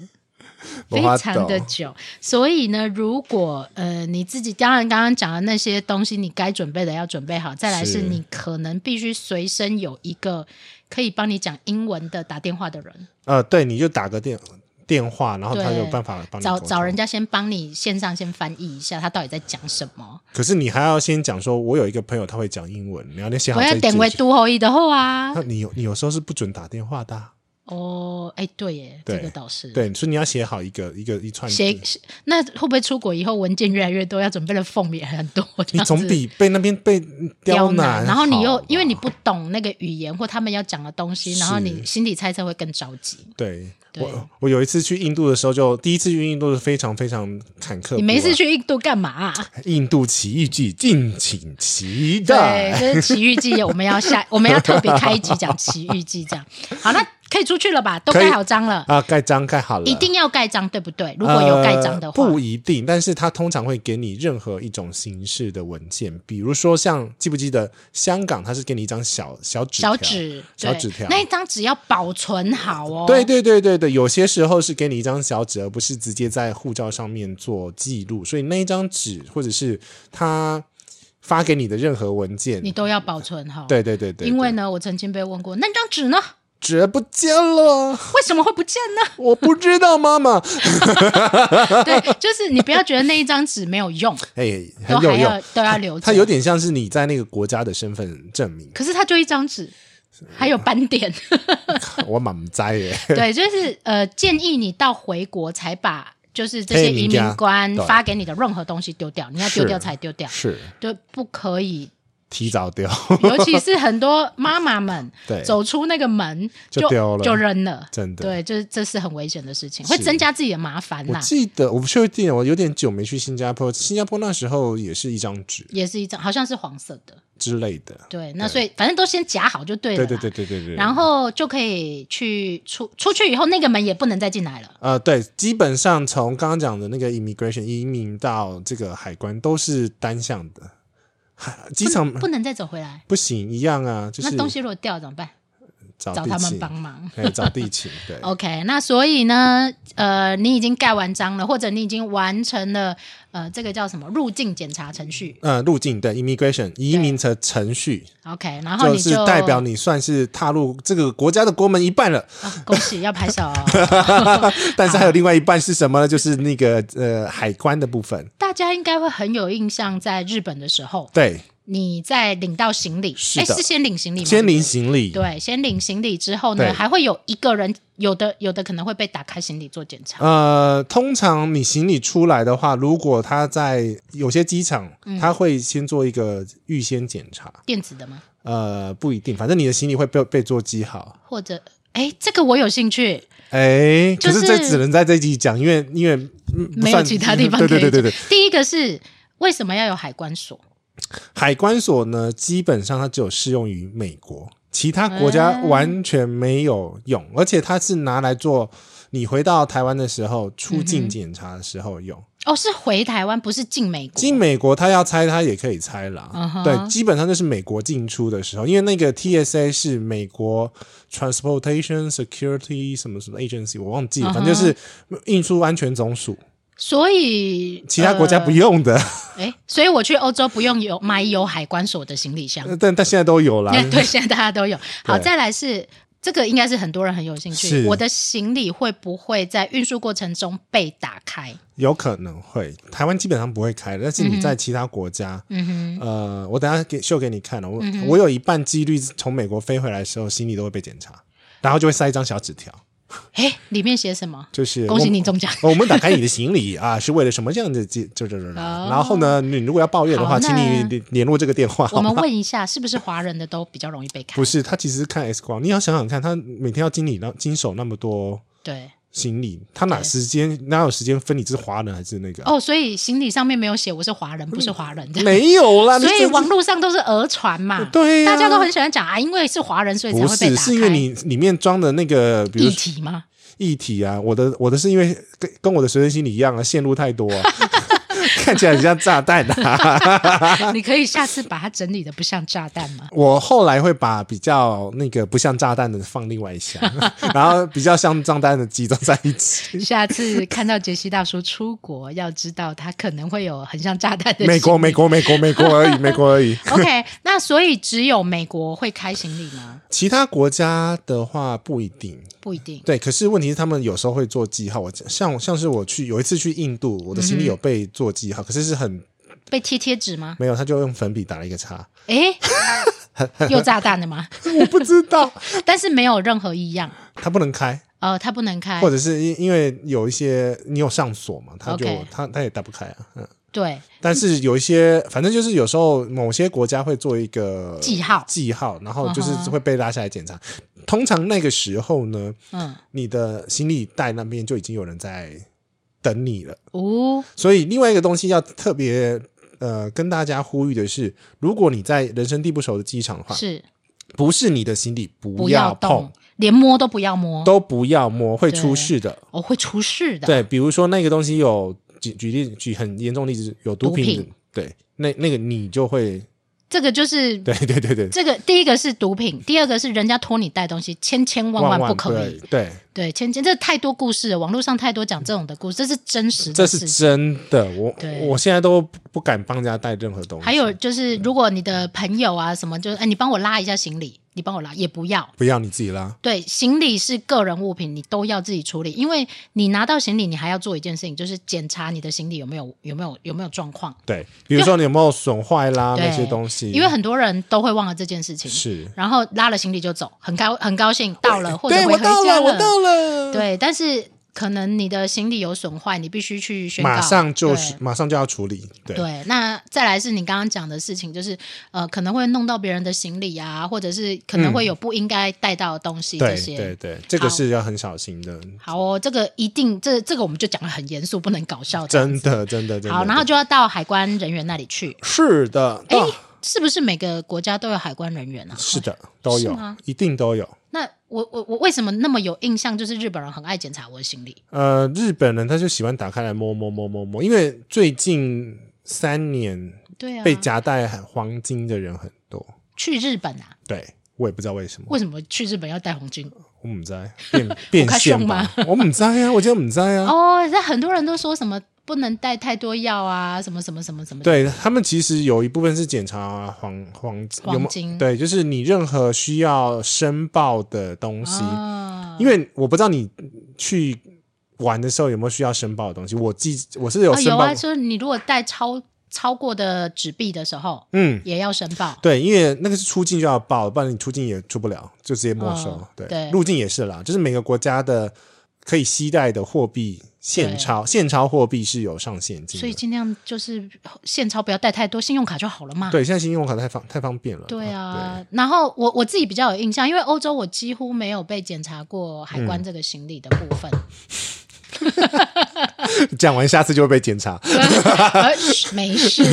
没
非
法
常的
懂
久。所以呢，如果呃你自己当然刚刚讲的那些东西，你该准备的要准备好，再来
是
是你可能必须随身有一个可以帮你讲英文的打电话的人，
呃，对，你就打个电电话，然后他
对
有办法帮你
找
沟通
找人。家先帮你线上先翻译一下他到底在讲什么。
可是你还要先讲说，我有一个朋友他会讲英文，你要先写好
我
这
要
一
点
句
为。都后裔的后啊
那，你有你有时候是不准打电话的啊、
哦，哎，对耶，
对
这个倒是。
对，所以你要写好一个一个一串字，
写写那会不会出国以后文件越来越多，要准备的缝也很多？这
你
样
总
子
比被那边被
刁
难好吧，啊
然后你又因为你不懂那个语言或他们要讲的东西，然后你心里猜测会更着急。
对。
对
我我有一次去印度的时候就，第一次去印度是非常非常坎坷。
你没事，去印度干嘛 啊、
印度奇遇记敬请期
对，
待。
就是奇遇记，我们要下， 我们要特别开一集讲奇遇记，这样好，那可以出去了吧？都
可以
盖好章了，
啊，盖章盖好了，
一定要盖章，对不对？如果有盖章的话，
呃不一定，但是它通常会给你任何一种形式的文件，比如说像记不记得香港，它是给你一张小小纸条
小纸
小
对
纸条
那一张纸要保存好哦。
对对对对对，有些时候是给你一张小纸，而不是直接在护照上面做记录，所以那一张纸或者是他发给你的任何文件，
你都要保存好。
对对对对，
因为
对
呢，我曾经被问过，那张纸呢？
纸不见了，
为什么会不见 呢？
我不知道 妈妈，
对，就是你不要觉得那一张纸没有用，
哎，
都
很有
还要
用，
都要留着。
它有，点像是你在那个国家的身份证明，
可是它就一张纸，还有斑点。
我满栽 耶。
对，就是呃，建议你到回国才把就是这些移民官
嘿对
发给你的任何东西丢掉，你要丢掉才丢掉，
是
对，不可以。
提早 丢，
尤其是很多妈妈们
对
走出那个门
就丢了
就扔了，
真的。
对，就是这是很危险的事情，会增加自己的麻烦
我
呐。
记得我不确定，我有点久没去新加坡，新加坡那时候也是一张纸
也是一张，好像是黄色的，
之类的。
对，那所以反正都先夹好就对了
对
啦，
对对对对对。
然后就可以去出出去以后，那个门也不能再进来了，
呃，对，基本上从刚刚讲的那个 immigration 移民到这个海关都是单向的，海机场
不能再走回来。
不行一样啊，嗯就是啊
那东西如果掉怎么办？
找
找
地
他们
勤
帮哦忙。
哎，找地勤， 对，
OK，那所以呢，呃，你已经盖完章了，或者你已经完成了呃这个叫什么入境检查程序
呃，入境对 immigration 移民的程序，
，OK，然后
就
你
是代表你算是踏入这个国家的国门一半了。
啊恭喜要拍 手哦、
但是还有另外一半是什么呢？就是那个呃海关的部分。
大家应该会很有印象，在日本的时候，
对，
你在领到行李，
是
哎，
的
是先领行李吗？
先领行李。
对，先领行李之后呢，
对
还会有一个人，有的有的可能会被打开行李做检查，
呃，通常你行李出来的话，如果他在有些机场，
嗯
他会先做一个预先检查。
电子的吗？
呃，不一定，反正你的行李会被被做记好。
或者，哎，这个我有兴趣，
哎，
就是
可是这只能在这集讲，因为因为嗯不
没有
算
其他地方可
对
以
对对对
讲
对，
第一个是为什么要有海关锁？
海关所呢，基本上它只有适用于美国，其他国家
啊
完全没有用，而且它是拿来做你回到台湾的时候出
嗯
境检查的时候用。
哦，是回台湾，不是进美国。
进美国，它要拆，它也可以拆啦。
嗯哼
对，基本上就是美国进出的时候，因为那个 TSA 是美国 Transportation Security 什么什么 Agency，我忘记
嗯
了，
哼
反正就是运输安全总署，
所以
其他国家不用的，
哎、诶所以我去欧洲不用有买有海关锁的行李箱。
但但现在都有啦。
对，现在大家都 有。好，
嗯哎对
再来是这个，应该是很多人很有兴趣。
是
我的行李会不会在运输过程中被打开？
有可能会，台湾基本上不会开的，但是你在其他国家，嗯呃，我等一下给秀给你看了、哦我、
嗯
我有一半几率从美国飞回来的时候，行李都会被检查，然后就会塞一张小纸条，
哎、里面写什么？
就是
恭喜你中奖！
哦我。我们打开你的行李啊， 是为了什么这样的？就就就就。
哦
然后呢，你如果要抱怨的
好
话，请
那
你联联络这个电话，
我
好
们
吗？
问一下，是不是华人的都比较容易被开
不？是，他其实是看 X 光，你要想想看，他每天要经理那经手那么多
对，
行李，他哪
对
时间哪有时间分你是华人还是那个啊？
哦，所以行李上面没有写我是华人，不是华人的。
没有啦，
所
那
以
真是
网络上都是呃讹传嘛，
对呀
大家都很喜欢讲啊，因为是华人，所以才
不
会被
是，
打开。
是因为你里面装的那个，比
议
如
题吗？
液体啊，我的我的是因为跟跟我的随身心理一样啊，线路太多啊， 看起来很像炸弹 啊。
你可以下次把它整理的不像炸弹吗？
我后来会把比较那个不像炸弹的放另外一箱， 然后比较像炸弹的集中在一 起。
下次看到杰西大叔出国，要知道他可能会有很像炸 弹的
美国，
行李
美。国，美国，美国而已， 美国而已。
OK，那所以只有美国会开行李吗？
其他国家的话不一定，
不一定。
对。可是问题是，他们有时候会做记号。我像像是我去有一次去印度，我的行李有被做记号，可是是很
被贴贴纸吗？
没有，他就用粉笔打了一个叉。
诶，又炸弹的吗？
我不知道，
但是没有任何异样，
它不能开，
呃，它不能开
或，者是因因为有一些你有上锁嘛，它就
OK
它它也打不开啊。嗯，
对，
但是有一些，反正就是有时候某些国家会做一个
记号
记号，然后就是
嗯哼
会被拉下来检查。通常那个时候呢，
嗯，
你的行李袋那边就已经有人在等你了。
哦，
所以另外一个东西要特别呃跟大家呼吁的是，如果你在人生地不熟的机场的话，
是
不是你的行李
不
不
要
碰
动，，连摸都不要摸，
都不要摸，会出事的。
哦，会出事的，
对，比如说那个东西有举举例举很严重的例子，有毒
毒
品，
品
对，那那个你就会，
这个就是
对对对对，
这个第一个是毒品，第二个是人家托你带东西，千千万万不可以。
对对，
对，千千这太多故事了，网络上太多讲这种的故事，这是真实
这
的
是
事情。
真的，我
对
我现在都不不敢帮人家带任何东西，
还有就是，如果你的朋友啊什么，就是哎，你帮我拉一下行李，你帮我拉也不要。
不要你自己拉，
对，行李是个人物品，你都要自己处理，因为你拿到行李，你还要做一件事情，就是检查你的行李有没有有没有有没有状况。
对，比如说你有没有损坏啦
对
那些东西，
因为很多人都会忘了这件事情，
是
然后拉了行李就走，很高很高兴到了，或者
对
回
我
回家
到了，我到了，
对，但是可能你的行李有损坏，你必须去宣告，
马上就是
对。
马上就要处理，对
对，那再来是你刚刚讲的事情，就是呃，可能会弄到别人的行李啊，或者是可能会有不应该带到的东西这
对
些。
对对，这个是要很小心的，
好哦，这个一定，这这个我们就讲的很严肃，不能搞笑这样
真
子。
的真的真的。
好，然后就要到海关人员那里去。
是的，
哎
到，
是不是每个国家都有海关人员啊？
是的，都
是
有
吗，
一定都有。
那我我我为什么那么有印象？就是日本人很爱检查我的行李。
呃，日本人他就喜欢打开来摸摸摸摸摸，因为最近三年
对啊，
被夹带黄金的人很多，
去日本啊？
对我也不知道为什么，
为什么去日本要带红巾？
我们在变变现吧，我们在啊呀，我觉得我们在呀。
哦，那很多人都说什么不能带太多药啊，什么什么什么什么的。
对他们其实有一部分是检查黄黄有没
黄金
有对，就是你任何需要申报的东西，
啊，
因为我不知道你去玩的时候有没有需要申报的东西。我记我是有
啊
申
有
报，
啊，就是你如果带超超过的纸币的时候，
嗯，
也要申报。
对，因为那个是出境就要报，不然你出境也出不了，就直接没收。
嗯
对，
对
入境也是啦，就是每个国家的可以携带的货币现
对
钞，现钞货币是有上限金
所以
的。
尽量就是现钞不要带太多，信用卡就好了嘛。
对，现在信用卡太方太方便了。
对
对
啊，然后我我自己比较有印象，因为欧洲我几乎没有被检查过海
嗯
关这个行李的部分，
讲完下次就会被检查。
呃嘘没事。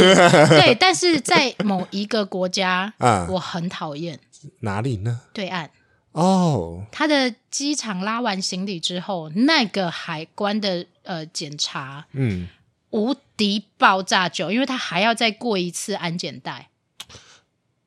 对，但是在某一个国家，
啊
我很讨厌
哪里呢？
对岸。
哦，
他的机场拉完行李之后，那个海关的呃检查
嗯，
无敌爆炸久，因为他还要再过一次安检带。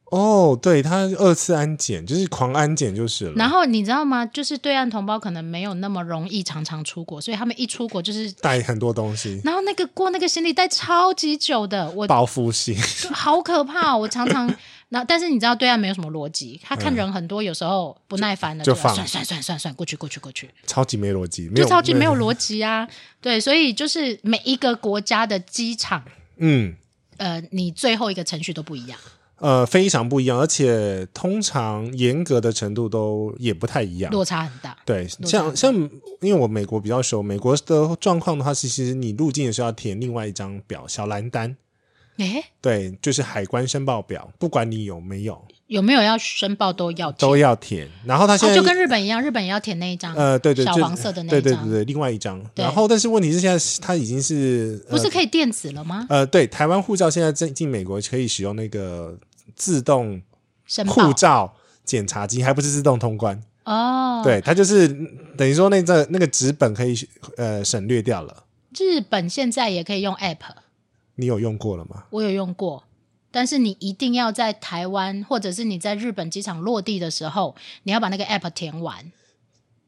哦，对，他二次安检就是狂安检就是了。
然后你知道吗？就是对岸同胞可能没有那么容易常常出国，所以他们一出国就是，
带很多东西，
然后那个过那个行李带超级久的，我
报复性。
好可怕、哦，我常 常。那但是你知道对岸没有什么逻辑，他看人很多，有时候不耐烦了
嗯就
要
放
算算算算算过去过去过去，
超级没逻辑，没
就
有
超级没有逻辑啊。对，所以就是每一个国家的机场
嗯
呃，你最后一个程序都不一样。
呃非常不一样，而且通常严格的程度都也不太一样。
落差很大。
对，
落
像像因为我美国比较熟，美国的状况的话，其实你入境的时候要填另外一张表，小蓝单，
诶，
对，就是海关申报表，不管你有没有
有没有要申报都要填，
都要填。然后他现
哦、
在、
就跟日本一样，日本也要填那一张，
呃，对对，
小
就
黄色的那一
对对
张
对对，另外一张。
对
然后，但是问题是现在它已经是
不是
呃
可以电子了吗？
呃，对，台湾护照现在进进美国可以使用那个自动
申报
护照检查机，还不是自动通关。
哦，，
对，它就是等于说那个那个纸本可以呃省略掉了。
日本现在也可以用 App，
你有用过了吗？
我有用过。但是你一定要在台湾或者是你在日本机场落地的时候，你要把那个 app 填完，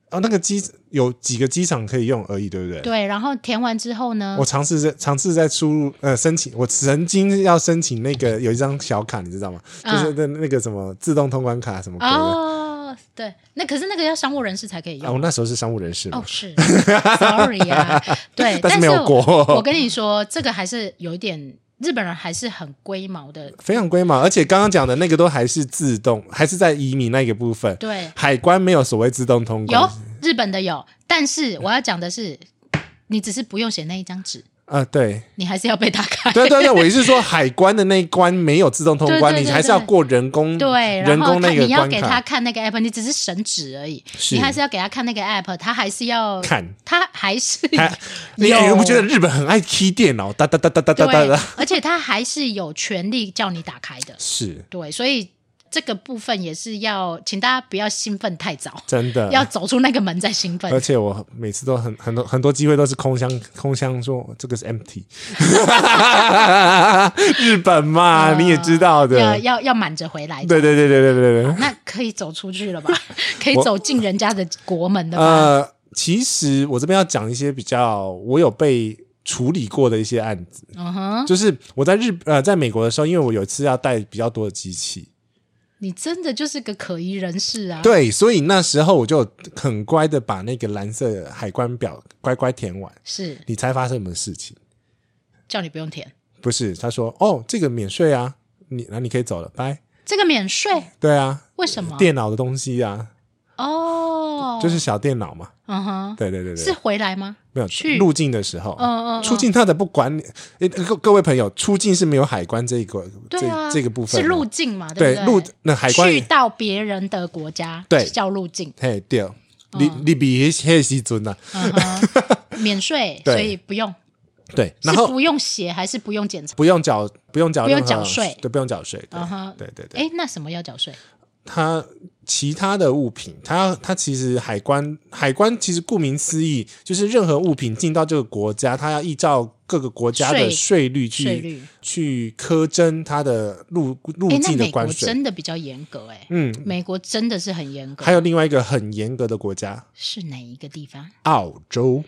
哦，那个机有几个机场可以用而已，对不对？
对，啊然后填完之后呢
我，尝试在尝试在输入呃申请，我曾经要申请那个有一张小卡，你知道吗？就是
嗯
那那个什么自动通关卡什么鬼的。啊，
哦，对，那可是那个要商务人士才可以用，
我那时候是商务人士嘛
哦，是，sorry 啊，对，
但是没有
我
过
我跟你说，这个还是有一点日本人还是很龟毛的，
非常龟毛，而且刚刚讲的那个都还是自动，还是在移民那个部分，
对，
海关没有所谓自动通关。
有日本的有，但是我要讲的是，你只是不用写那一张纸，
啊、对，
你还是要被打开。
对对对，我意思是说海关的那一关没有自动通关，
对对对
你还是要过人工
对，然
嗯人
后
工
他
那个
你要
关
给他
卡
看那个 app，你只是神纸而已，
是
你还是要给他看那个 app，他还是要，
看。
他还是
还你
有
哎你不觉得日本很爱踢电脑？哒哒哒哒哒哒哒
对
哒，，
而且他还是有权利叫你打开的，
是
对，所以这个部分也是要，请大家不要兴奋太 早，
真的。
要走出那个门再兴奋
而。且我每次都很很多很多机会都是空箱空箱说这个是 empty，日本嘛、你也知道的，
啊要要要满着回来的，
对对对对对对对。
那可以走出去了 吧？可以走进人家的国门的吧？
呃，其实我这边要讲一些比较我有被处理过的一些案子，
嗯哼，
就是我在日呃在美国的时候，因为我有一次要带比较多的机器，
你真的就是个可疑人士啊！
对，所以那时候我就很乖的把那个蓝色海关表乖乖填完。
是
你猜发生什么事情？
叫你不用填，
不是，他说哦，这个免税啊，你那你可以走了，拜。
这个免税，
对啊，
为什么？
电脑的东西啊，
哦，
就是小电脑嘛。
嗯哼，
对对对
是
对，
回来吗？
没有
去
入境的时候，
嗯嗯嗯
出境他的不管你，诶各各位朋友，出境是没有海关这一个
对啊，
这这个部分
是
的，
入境嘛？
对
不
入那海关
去到别人的国家，
对
叫入境，
嘿对，你你比黑西尊呐，
嗯哼，免税，
对
所以不用，
对，
是
然后
不用写还是不用检查？
不用缴不用缴
不用
任何
缴税
对，不用缴税，对
嗯哼
对对对，
哎，那什么要缴税？
它其他的物品，它它其实海关海关其实顾名思义，就是任何物品进到这个国家，它要依照各个国家的
税
税率
税
去
率？
去苛征它的入入
哎，那
境的
美国
关税。
真的比较严格，哎，
嗯，
美国真的是很严格
还。有另外一个很严格的国家，
是哪一个地方？
澳洲。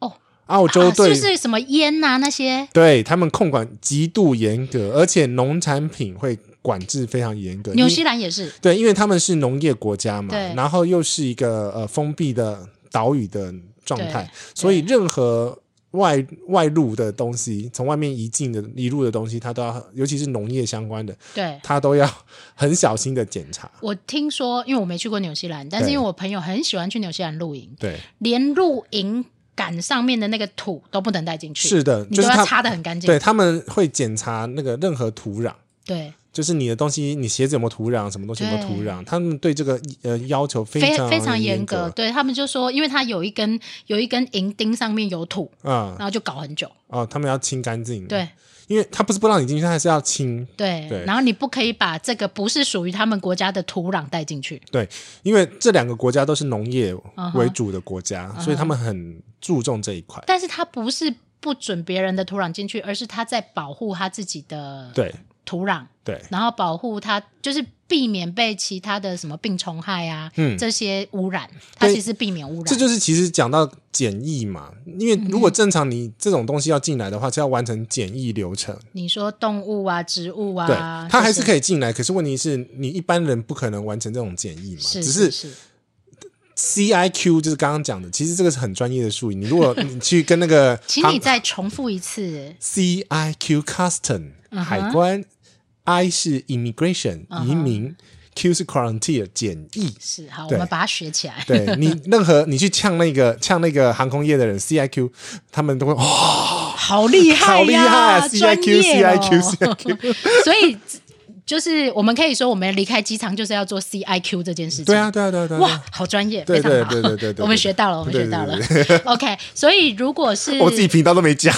哦，
澳洲
啊、是
对、
不是什么烟呐、那些？
对他们控管极度严格，而且农产品会管制非常严格。
纽
因
西兰也是，
对，因为他们是农业国家嘛
对，
然后又是一个呃封闭的岛屿的状态
对，
所以任何外外入的东西，从外面移进的移入的东西，它都要，尤其是农业相关的，
对。
它都要很小心的检查。
我听说，因为我没去过纽西兰，但是
对
因为我朋友很喜欢去纽西兰露营，
对，
连露营杆上面的那个土都不能带进去，
是的，
你
就
都要
是它，
擦的很干净。
对他们会检查那个任何土壤。
对，
就是你的东西，你鞋子有没有土壤，什么东西有没有土壤？他们对这个呃要求非
非
常
非常
严
严格。
格，
对他们就说，因为它有一根有一根银钉上面有土，
啊
然后就搞很久。
哦，他们要清干净。，
对
因为他不是不让你进去，他还是要清。
对
对
然后你不可以把这个不是属于他们国家的土壤带进去。
对，因为这两个国家都是农业
嗯哼
为主的国家
嗯
所以他们很注重这一块。
但是它不是不准别人的土壤进去，而是它在保护它自己的
对
土壤，
对
然后保护它，就是避免被其他的什么病虫害啊，
嗯
这些污染，它
对
其实避免污染。
这就是其实讲到检疫嘛，
嗯
因为如果正常你这种东西要进来的话，是要完成检疫流程。
你说动物啊、植物啊
对，，它还是
以。
可以进来，可是问题是你一般人不可能完成这种检疫嘛，
是
只
是
是
是
CIQ 就是刚刚讲的，其实这个是很专业的术语。你 如果你去跟那个
请你再重复一次。
CIQ custom
嗯哼
海关，I 是 immigration
嗯哼
移民，Q 是 quarantine 检疫。
是好，我
对
们把它学起来。
对你任何你去呛那个呛那个航空业的人 CIQ，他们都会哇、哦
好厉害
好厉
呀！
害啊
专业哦
CIQ CIQ
所以就是我们可以说，我们离开机场就是要做 CIQ 这件事情。
对啊对啊对啊对啊，
哇，好专业，
对
非常好
对对对对对
我们学到了，我们学到了
对。
OK，所以如果是
我自己频道都没讲，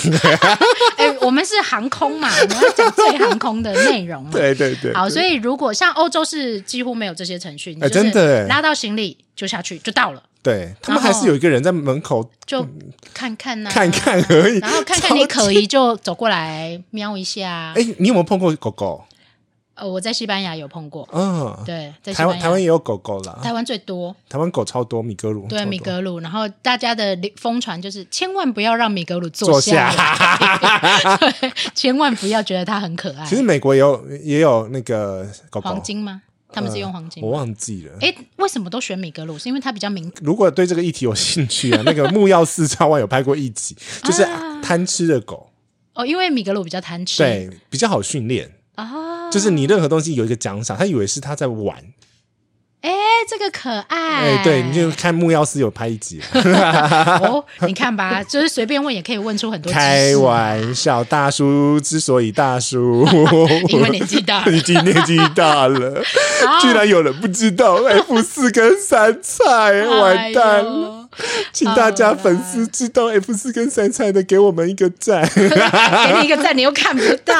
哎，我们是航空嘛，我们要讲最航空的内容嘛。
对对对，
好，
对
所以如果像欧洲是几乎没有这些程序，你就是
真的哎
拉到行李就下去就到了，
对他们还是有一个人在门口
就看看呐，
嗯
啊
看看而已，
嗯然后看看你啊
超级
可疑就走过来瞄一下。
哎，你有没有碰过狗狗？
呃，我在西班牙有碰过，
嗯，
对，在西
台
班
湾
牙
台湾也有狗狗啦，
台湾最多，
台湾狗超多，米格鲁
对
超多
米格鲁。然后大家的疯传就是千万不要让米格鲁坐
坐
下来，
下。
千万不要觉得它很可爱
其。实美国也有也有那个狗狗
黄，金吗？他们是用黄金
呃我
吗。
忘记了。
哎、为什么都选米格鲁？是因为它比较敏感
如果 对
啊
这个议题有兴趣啊，那个木曜四超万有拍过一集，就是贪吃的狗。
哦，因为米格鲁比较贪吃，
对，比较好训练。
啊，
就是你任何东西有一个奖赏，他以为是他在玩，
哎、这个可爱，
哎、对，你就看木曜司有拍一集，
哦，你看吧，就是随便问也可以问出很多知识
开玩笑，大叔之所以大叔，
因为年纪 大
已经年纪大了，
好
居然有人不 知道 F 四跟三
哎
菜，完蛋了。请大家粉丝知道 F 四跟三菜的，给我们一个 赞，
哎呦给你一个赞，你又看不 到。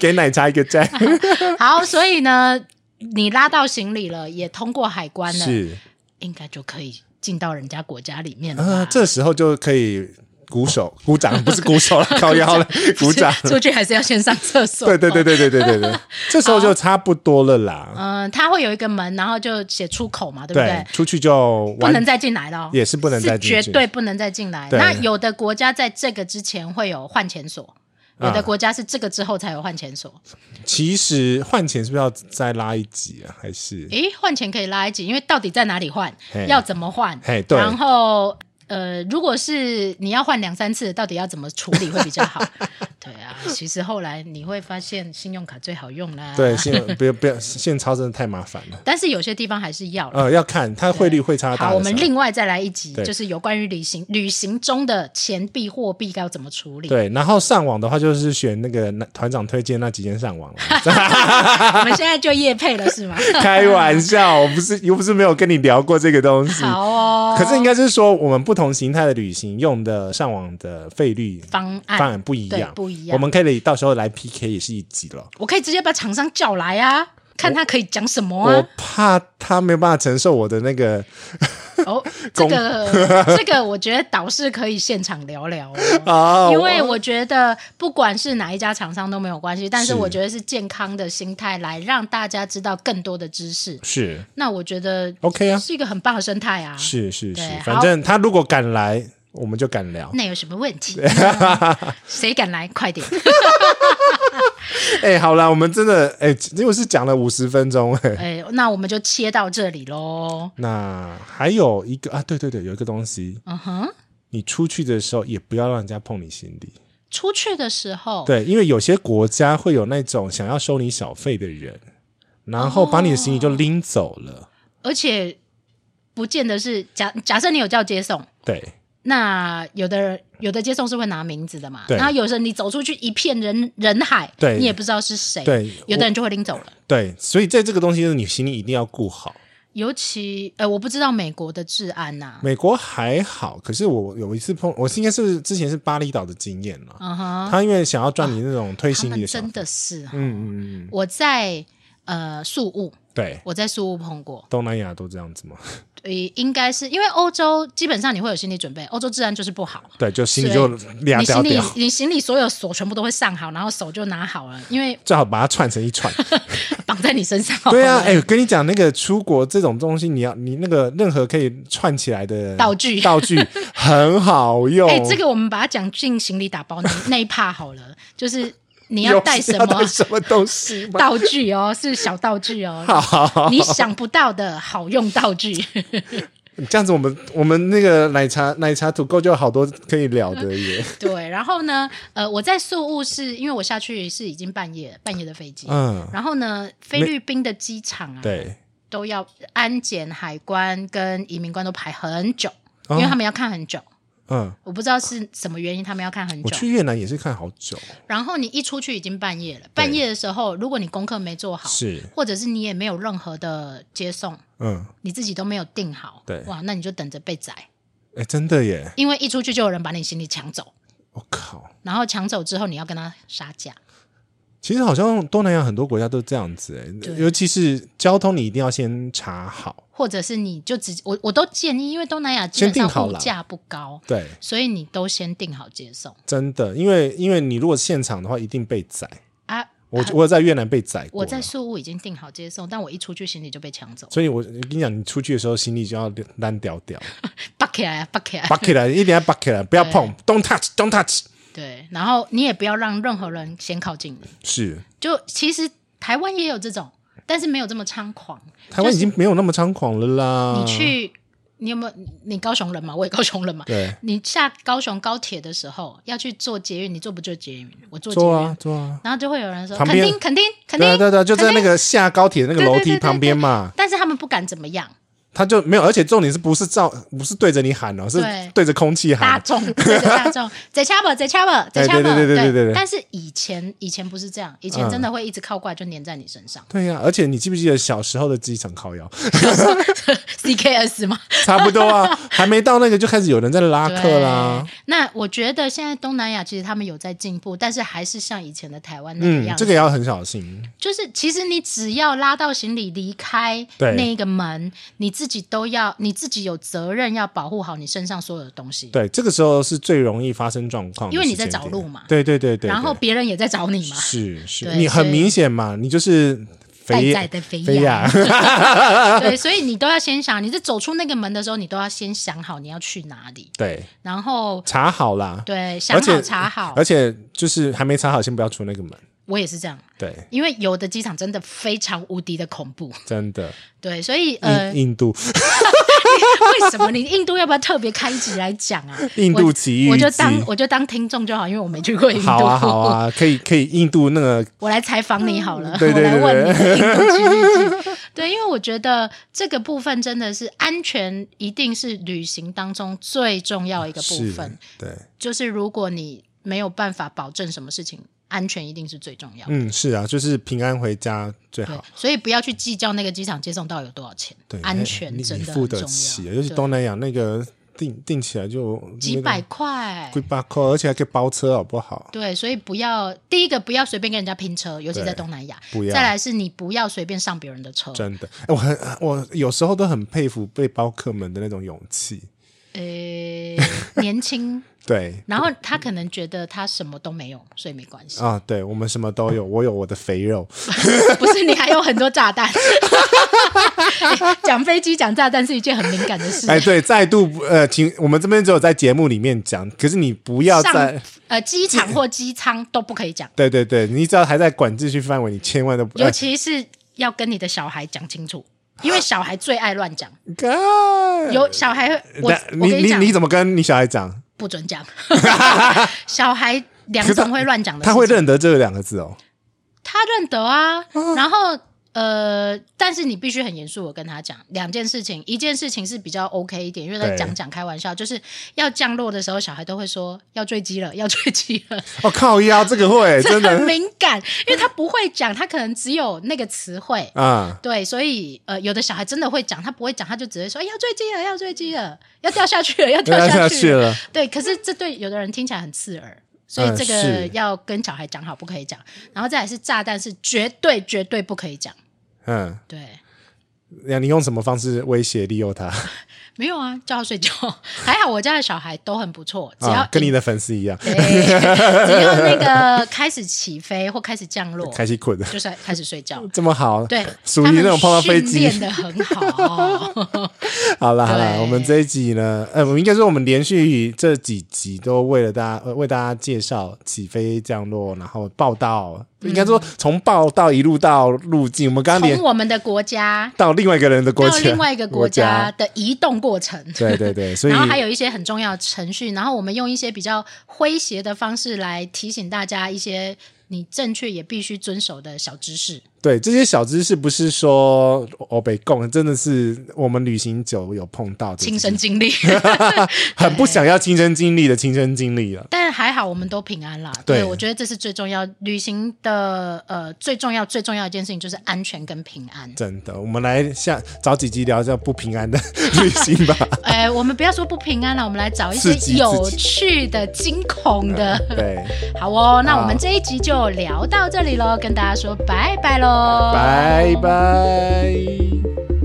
给奶茶一 个赞，
好，所以呢，你拉到行李了，也通过海关了，
是
应该就可以进到人家国家里面了 吧。
啊，这时候就可以鼓手、鼓掌，不是鼓手了，靠 腰了，鼓掌。
出去还是要先上厕所。
对对对对对对对 对，这时候就差不多了啦。
嗯、它会有一个门，然后就写出口嘛，对不
对，出去就
不
完
能再进来了哦，
也是不能再进去
是绝对不能再进来。
对
那有的国家在这个之前会有换钱所，有
啊
的国家是这个之后才有换钱所。
其实换钱是不是要再拉一集啊？还是
诶，换钱可以拉一集，因为到底在哪里换
嘿，
要怎么换
嘿，对
然后。呃，如果是你要换两三次，到底要怎么处理会比较 好？对啊，其实后来你会发现信用卡最好用啦。
对现不要不要现钞真的太麻烦了。
但是有些地方还是要啦。
呃，要看它汇率会差大的时
好，
候。
我们另外再来一集，
对
就是有关于旅行旅行中的钱币、货币该要怎么处理。
对，然后上网的话就是选那个那团长推荐那几间上网了。
我们现在就业配了是 吗？
开玩笑，我不是又不是没有跟你聊过这个东西。
好哦，
可是应该是说，我们不同形态的旅行用的上网的费率
方案
方案不一样
对，不一样
我们可以到时候来 PK 也是一集了。
我可以直接把厂商叫来啊，看他可以讲什么
我
啊。
怕他没有办法承受我的那个，
哦，这个 这个，我觉得导师可以现场聊 聊哦。
啊，
因为我觉得不管是哪一家厂商都没有关系，但是
是
我觉得是健康的心态来让大家知道更多的知识。
是
那我觉得
OK 啊，
是一个很棒的生态啊。
是是是
对好，
反正他如果敢来，我们就敢聊。
那有什么问 题？谁敢来？快点！
哎、好啦，我们真的哎，因为是讲了五十分钟哎、
哎，那我们就切到这里喽。
那还有一个啊，对对对，有一个东西，
嗯哼，
你出去的时候也不要让人家碰你行李。
出去的时候，
对，因为有些国家会有那种想要收你小费的人，然后把你的行
哦
李就拎走了。
而且不见得是假假设你有叫接送，
对
那有的人有的接送是会拿名字的嘛，
对
然后有时候你走出去一片人人海，
对
你也不知道是谁，
对
哎有的人就会拎走了。
对，所以在这个东西，就是你行李一定要顾好。
尤其呃，我不知道美国的治安啊呐、
美国还好，可是我有一次碰，我是应该是之前是巴厘岛的经验了。
嗯哼，
他因为想要赚你那种推
他
行李
们
的小费
真，的是啊，
嗯嗯嗯，
我在呃宿务，
对，
我在宿务碰过，
东南亚都这样子嘛，
呃，应该是因为欧洲基本上你会有心理准备，欧洲治安就是不好。
对，就行李就
所
俩
你
掉
行李
掉，，
你行李所有锁全部都会上好，然后手就拿好了，因为
最好把它串成一 串。
绑在你身上。
对啊，哎、跟你讲，那个出国这种东西，你要你那个任何可以串起来的
道具
道具很好 用。
哎、这个我们把它讲进行李打包那 那一趴好了，就是你
有
要带什
要
么啊
带什么东西 吗？
道具哦，是小道具哦，
好，
你想不到的好用道具。
这样子我们我们那个奶茶奶茶土购就有好多可以聊的 耶。
对，然后呢，呃，我在宿务是因为我下去是已经半夜半夜的飞机，
嗯，
然后呢，菲律宾的机场啊，
对，
都要安检、海关跟移民关都排很久，
哦
因为他们要看很久。
嗯，
我不知道是什么原因，他们要看很
我
久。
去越南也是看好久，
然后你一出去已经半夜了，半夜的时候，如果你功课没做好，
是，
或者是你也没有任何的接送，
嗯，
你自己都没有定好，
对
哇，那你就等着被宰，
哎、真的耶，
因为一出去就有人把你行李抢走，
我靠。
然后抢走之后你要跟他杀价，
其实好像东南亚很多国家都这样子、哎，
对
尤其是交通，你一定要先查好。
或者是你就直我我都建议，因为东南亚基
先
本
定
上
好
物
啦
价不高，
对，
所以你都先定好接送
真的，因为因为你如果现场的话，一定被宰。
啊。
我我有在越南被宰过，
我在，宿务已经定好接送，但我一出去行李就被抢走，
所以我跟你讲，你出去的时候行李就要烂掉掉，
拔起来啊，拔起来啊，
拔起来，一定要拔起来，不要碰，don't touch，don't touch，
对，然后你也不要让任何人先靠近你。
是。
就其实台湾也有这种，但是没有这么猖狂。
嗯台湾已经没有那么猖狂了啦。
你去你有没有？你高雄人嘛，我也高雄人嘛。
对，
你下高雄高铁的时候要去坐捷运，你坐不坐捷运？我坐捷运，
做啊做啊，
然后就会有人说
旁
肯
边
定肯定肯
对啊
定，
对啊对啊，就在那
肯定
个下高铁那个
对对
楼
对
梯
对
旁边
对
嘛，
但是他们不敢怎么样，
他就没有，而且重点是不是照不是对着你喊哦，是
对
对着空气
大
喊，哦
众这个大众， 在掐吧，在掐吧，在掐吧，
哎对对对对对对对嗯
但是以前以前不是这样，以前真的会一直靠过来就粘在你身 上
对呀、而且你记不记得小时候的机场靠腰，
，CKS 嘛。
差不 多啊，还没到那个就开始有人在拉客啦，
对，那我觉得现在东南亚其实他们有在进步，但是还是像以前的台湾那个
嗯
样，子。
这个也要很小心，
就是其实你只要拉到行李离开
对
那个门，你自己都要你自己有责任要保护好你身上所有的东西。
对，这个时候是最容易发生状况的
因
时间
为
点，
你在找路嘛
对对对对，
然后
对
别人也在找 你嘛，
是是，
对
你很
所以
明显嘛，你就是
待
肥
在的肥
肥
呀，
呀，
对，所以你都要先想，你在走出那个门的时候，你都要先想好你要去哪里，
对，
然后
查好啦，
对想
而且
好查好
而。且就是还没查好，先不要出那个门，
我也是这样，
对，
因为有的机场真的非常无敌的恐怖，
真的，
对，所以
印、
呃，
印度
为什么你印度要不要特别开一集来讲啊？
印度奇遇
我就
记
当我就当听众就好，因为我没去过印度。
好啊好啊，可以可以，印度那个
我来采访你好了，
嗯对对对对
我来问你的印度奇遇记 对，因为我觉得这个部分真的是安全，一定是旅行当中最重要一个部
是
分。
对，
就是如果你没有办法保证什么事情，安全一定是最重要的。
嗯，是啊，就是平安回家最
对
好。，
所以不要去计较那个机场接送到底有多少钱
对，，
安全
你
真
你
的
付
很
得
重
起，
要。
尤其
对
东南亚那个订订起来就
几百块，
贵八块，而且还可以包车，好不好？
对，所以不要第一个不要随便跟人家拼车，尤其
对
在东南亚。
不要
再来是你不要随便上别人的车。
真的，哎我很我有时候都很佩服背包客们的那种勇气。
呃，年轻，
对
然后他可能觉得他什么都没有，所以没关系。
啊，对我们什么都有，我有我的肥肉，
不嗯是你还有很多炸弹。 讲飞机、讲炸弹是一件很敏感的事。
哎，对，再度呃，请我们这边只有在节目里面讲，可是你不要哎
上
在，
呃机场或机舱都不可以 讲，
对对对，你只要还在管秩序范围，你千万都不哎
尤
要。
其是要跟你的小孩讲清楚，因为小孩最爱乱讲。
干
有小孩会，我
呃那
我
你
跟
你
讲
你，怎么跟你小孩讲？
不准 讲。小孩两种会乱讲的事情，
他会认得这两个字哦。
他认得啊，
哦
然后呃，但是你必须很严肃，我跟他讲两件事情，一件事情是比较 OK 一点，因为他
对
讲讲开玩笑，就是要降落的时候，小孩都会说要坠机了，要坠机 了，
哦靠腰，这 个会哎真
很
的
敏感，因为他不会讲，他可能只有那个词汇。
啊，
对，所以呃，有的小孩真的会讲，他不会讲，他就只会说哎要坠机了，要坠机了，要掉下去了，要掉
掉下
下
去
去了。
了。
对，可是这对有的人听起来很刺耳，所以
嗯
这个
是
要跟小孩讲好，不可以讲。然后再来是炸弹，是绝对绝对不可以讲。
嗯，
对，
那你用什么方式威胁利诱他？
没有啊，叫他睡觉。 还好我家的小孩都很不错，只要、
啊，跟你的粉丝一样，
对， 只要那个开始起飞或开始降落，
开心困的
就是开始睡觉。
这么好，啊
对，
属于那种碰到飞机
练的很好。
好了好了，
对
我们这一集呢，呃，我们应该说我们连续这几集都为了大家、呃、为大家介绍起飞、降落，然后报道，应该说从报道一路到路径，我们刚刚
嗯
连
从我们的国家
到另外一个人的国
到
家，
另外一个国
国
家，的移动过程。
对对对，所以
然后还有一些很重要的程序，然后我们用一些比较诙谐的方式来提醒大家一些你正确也必须遵守的小知识。
对这些小知识，不是说我被供，真的是我们旅行久有碰到的
亲身经历，
很不想要亲身经历的亲身经历了。
但还好我们都平安啦。
对
我觉得这是最重要。旅行的呃最重要最重要一件事情就是安全跟平安。
真的，我们来下找几集聊一下不平安的旅 行吧。
哎，我们不要说不平安了，我们来找一
刺激
些有趣的、惊恐的。
对，
好哦，那我们
好
这一集就聊到这里喽，跟大家说拜拜喽，
拜拜。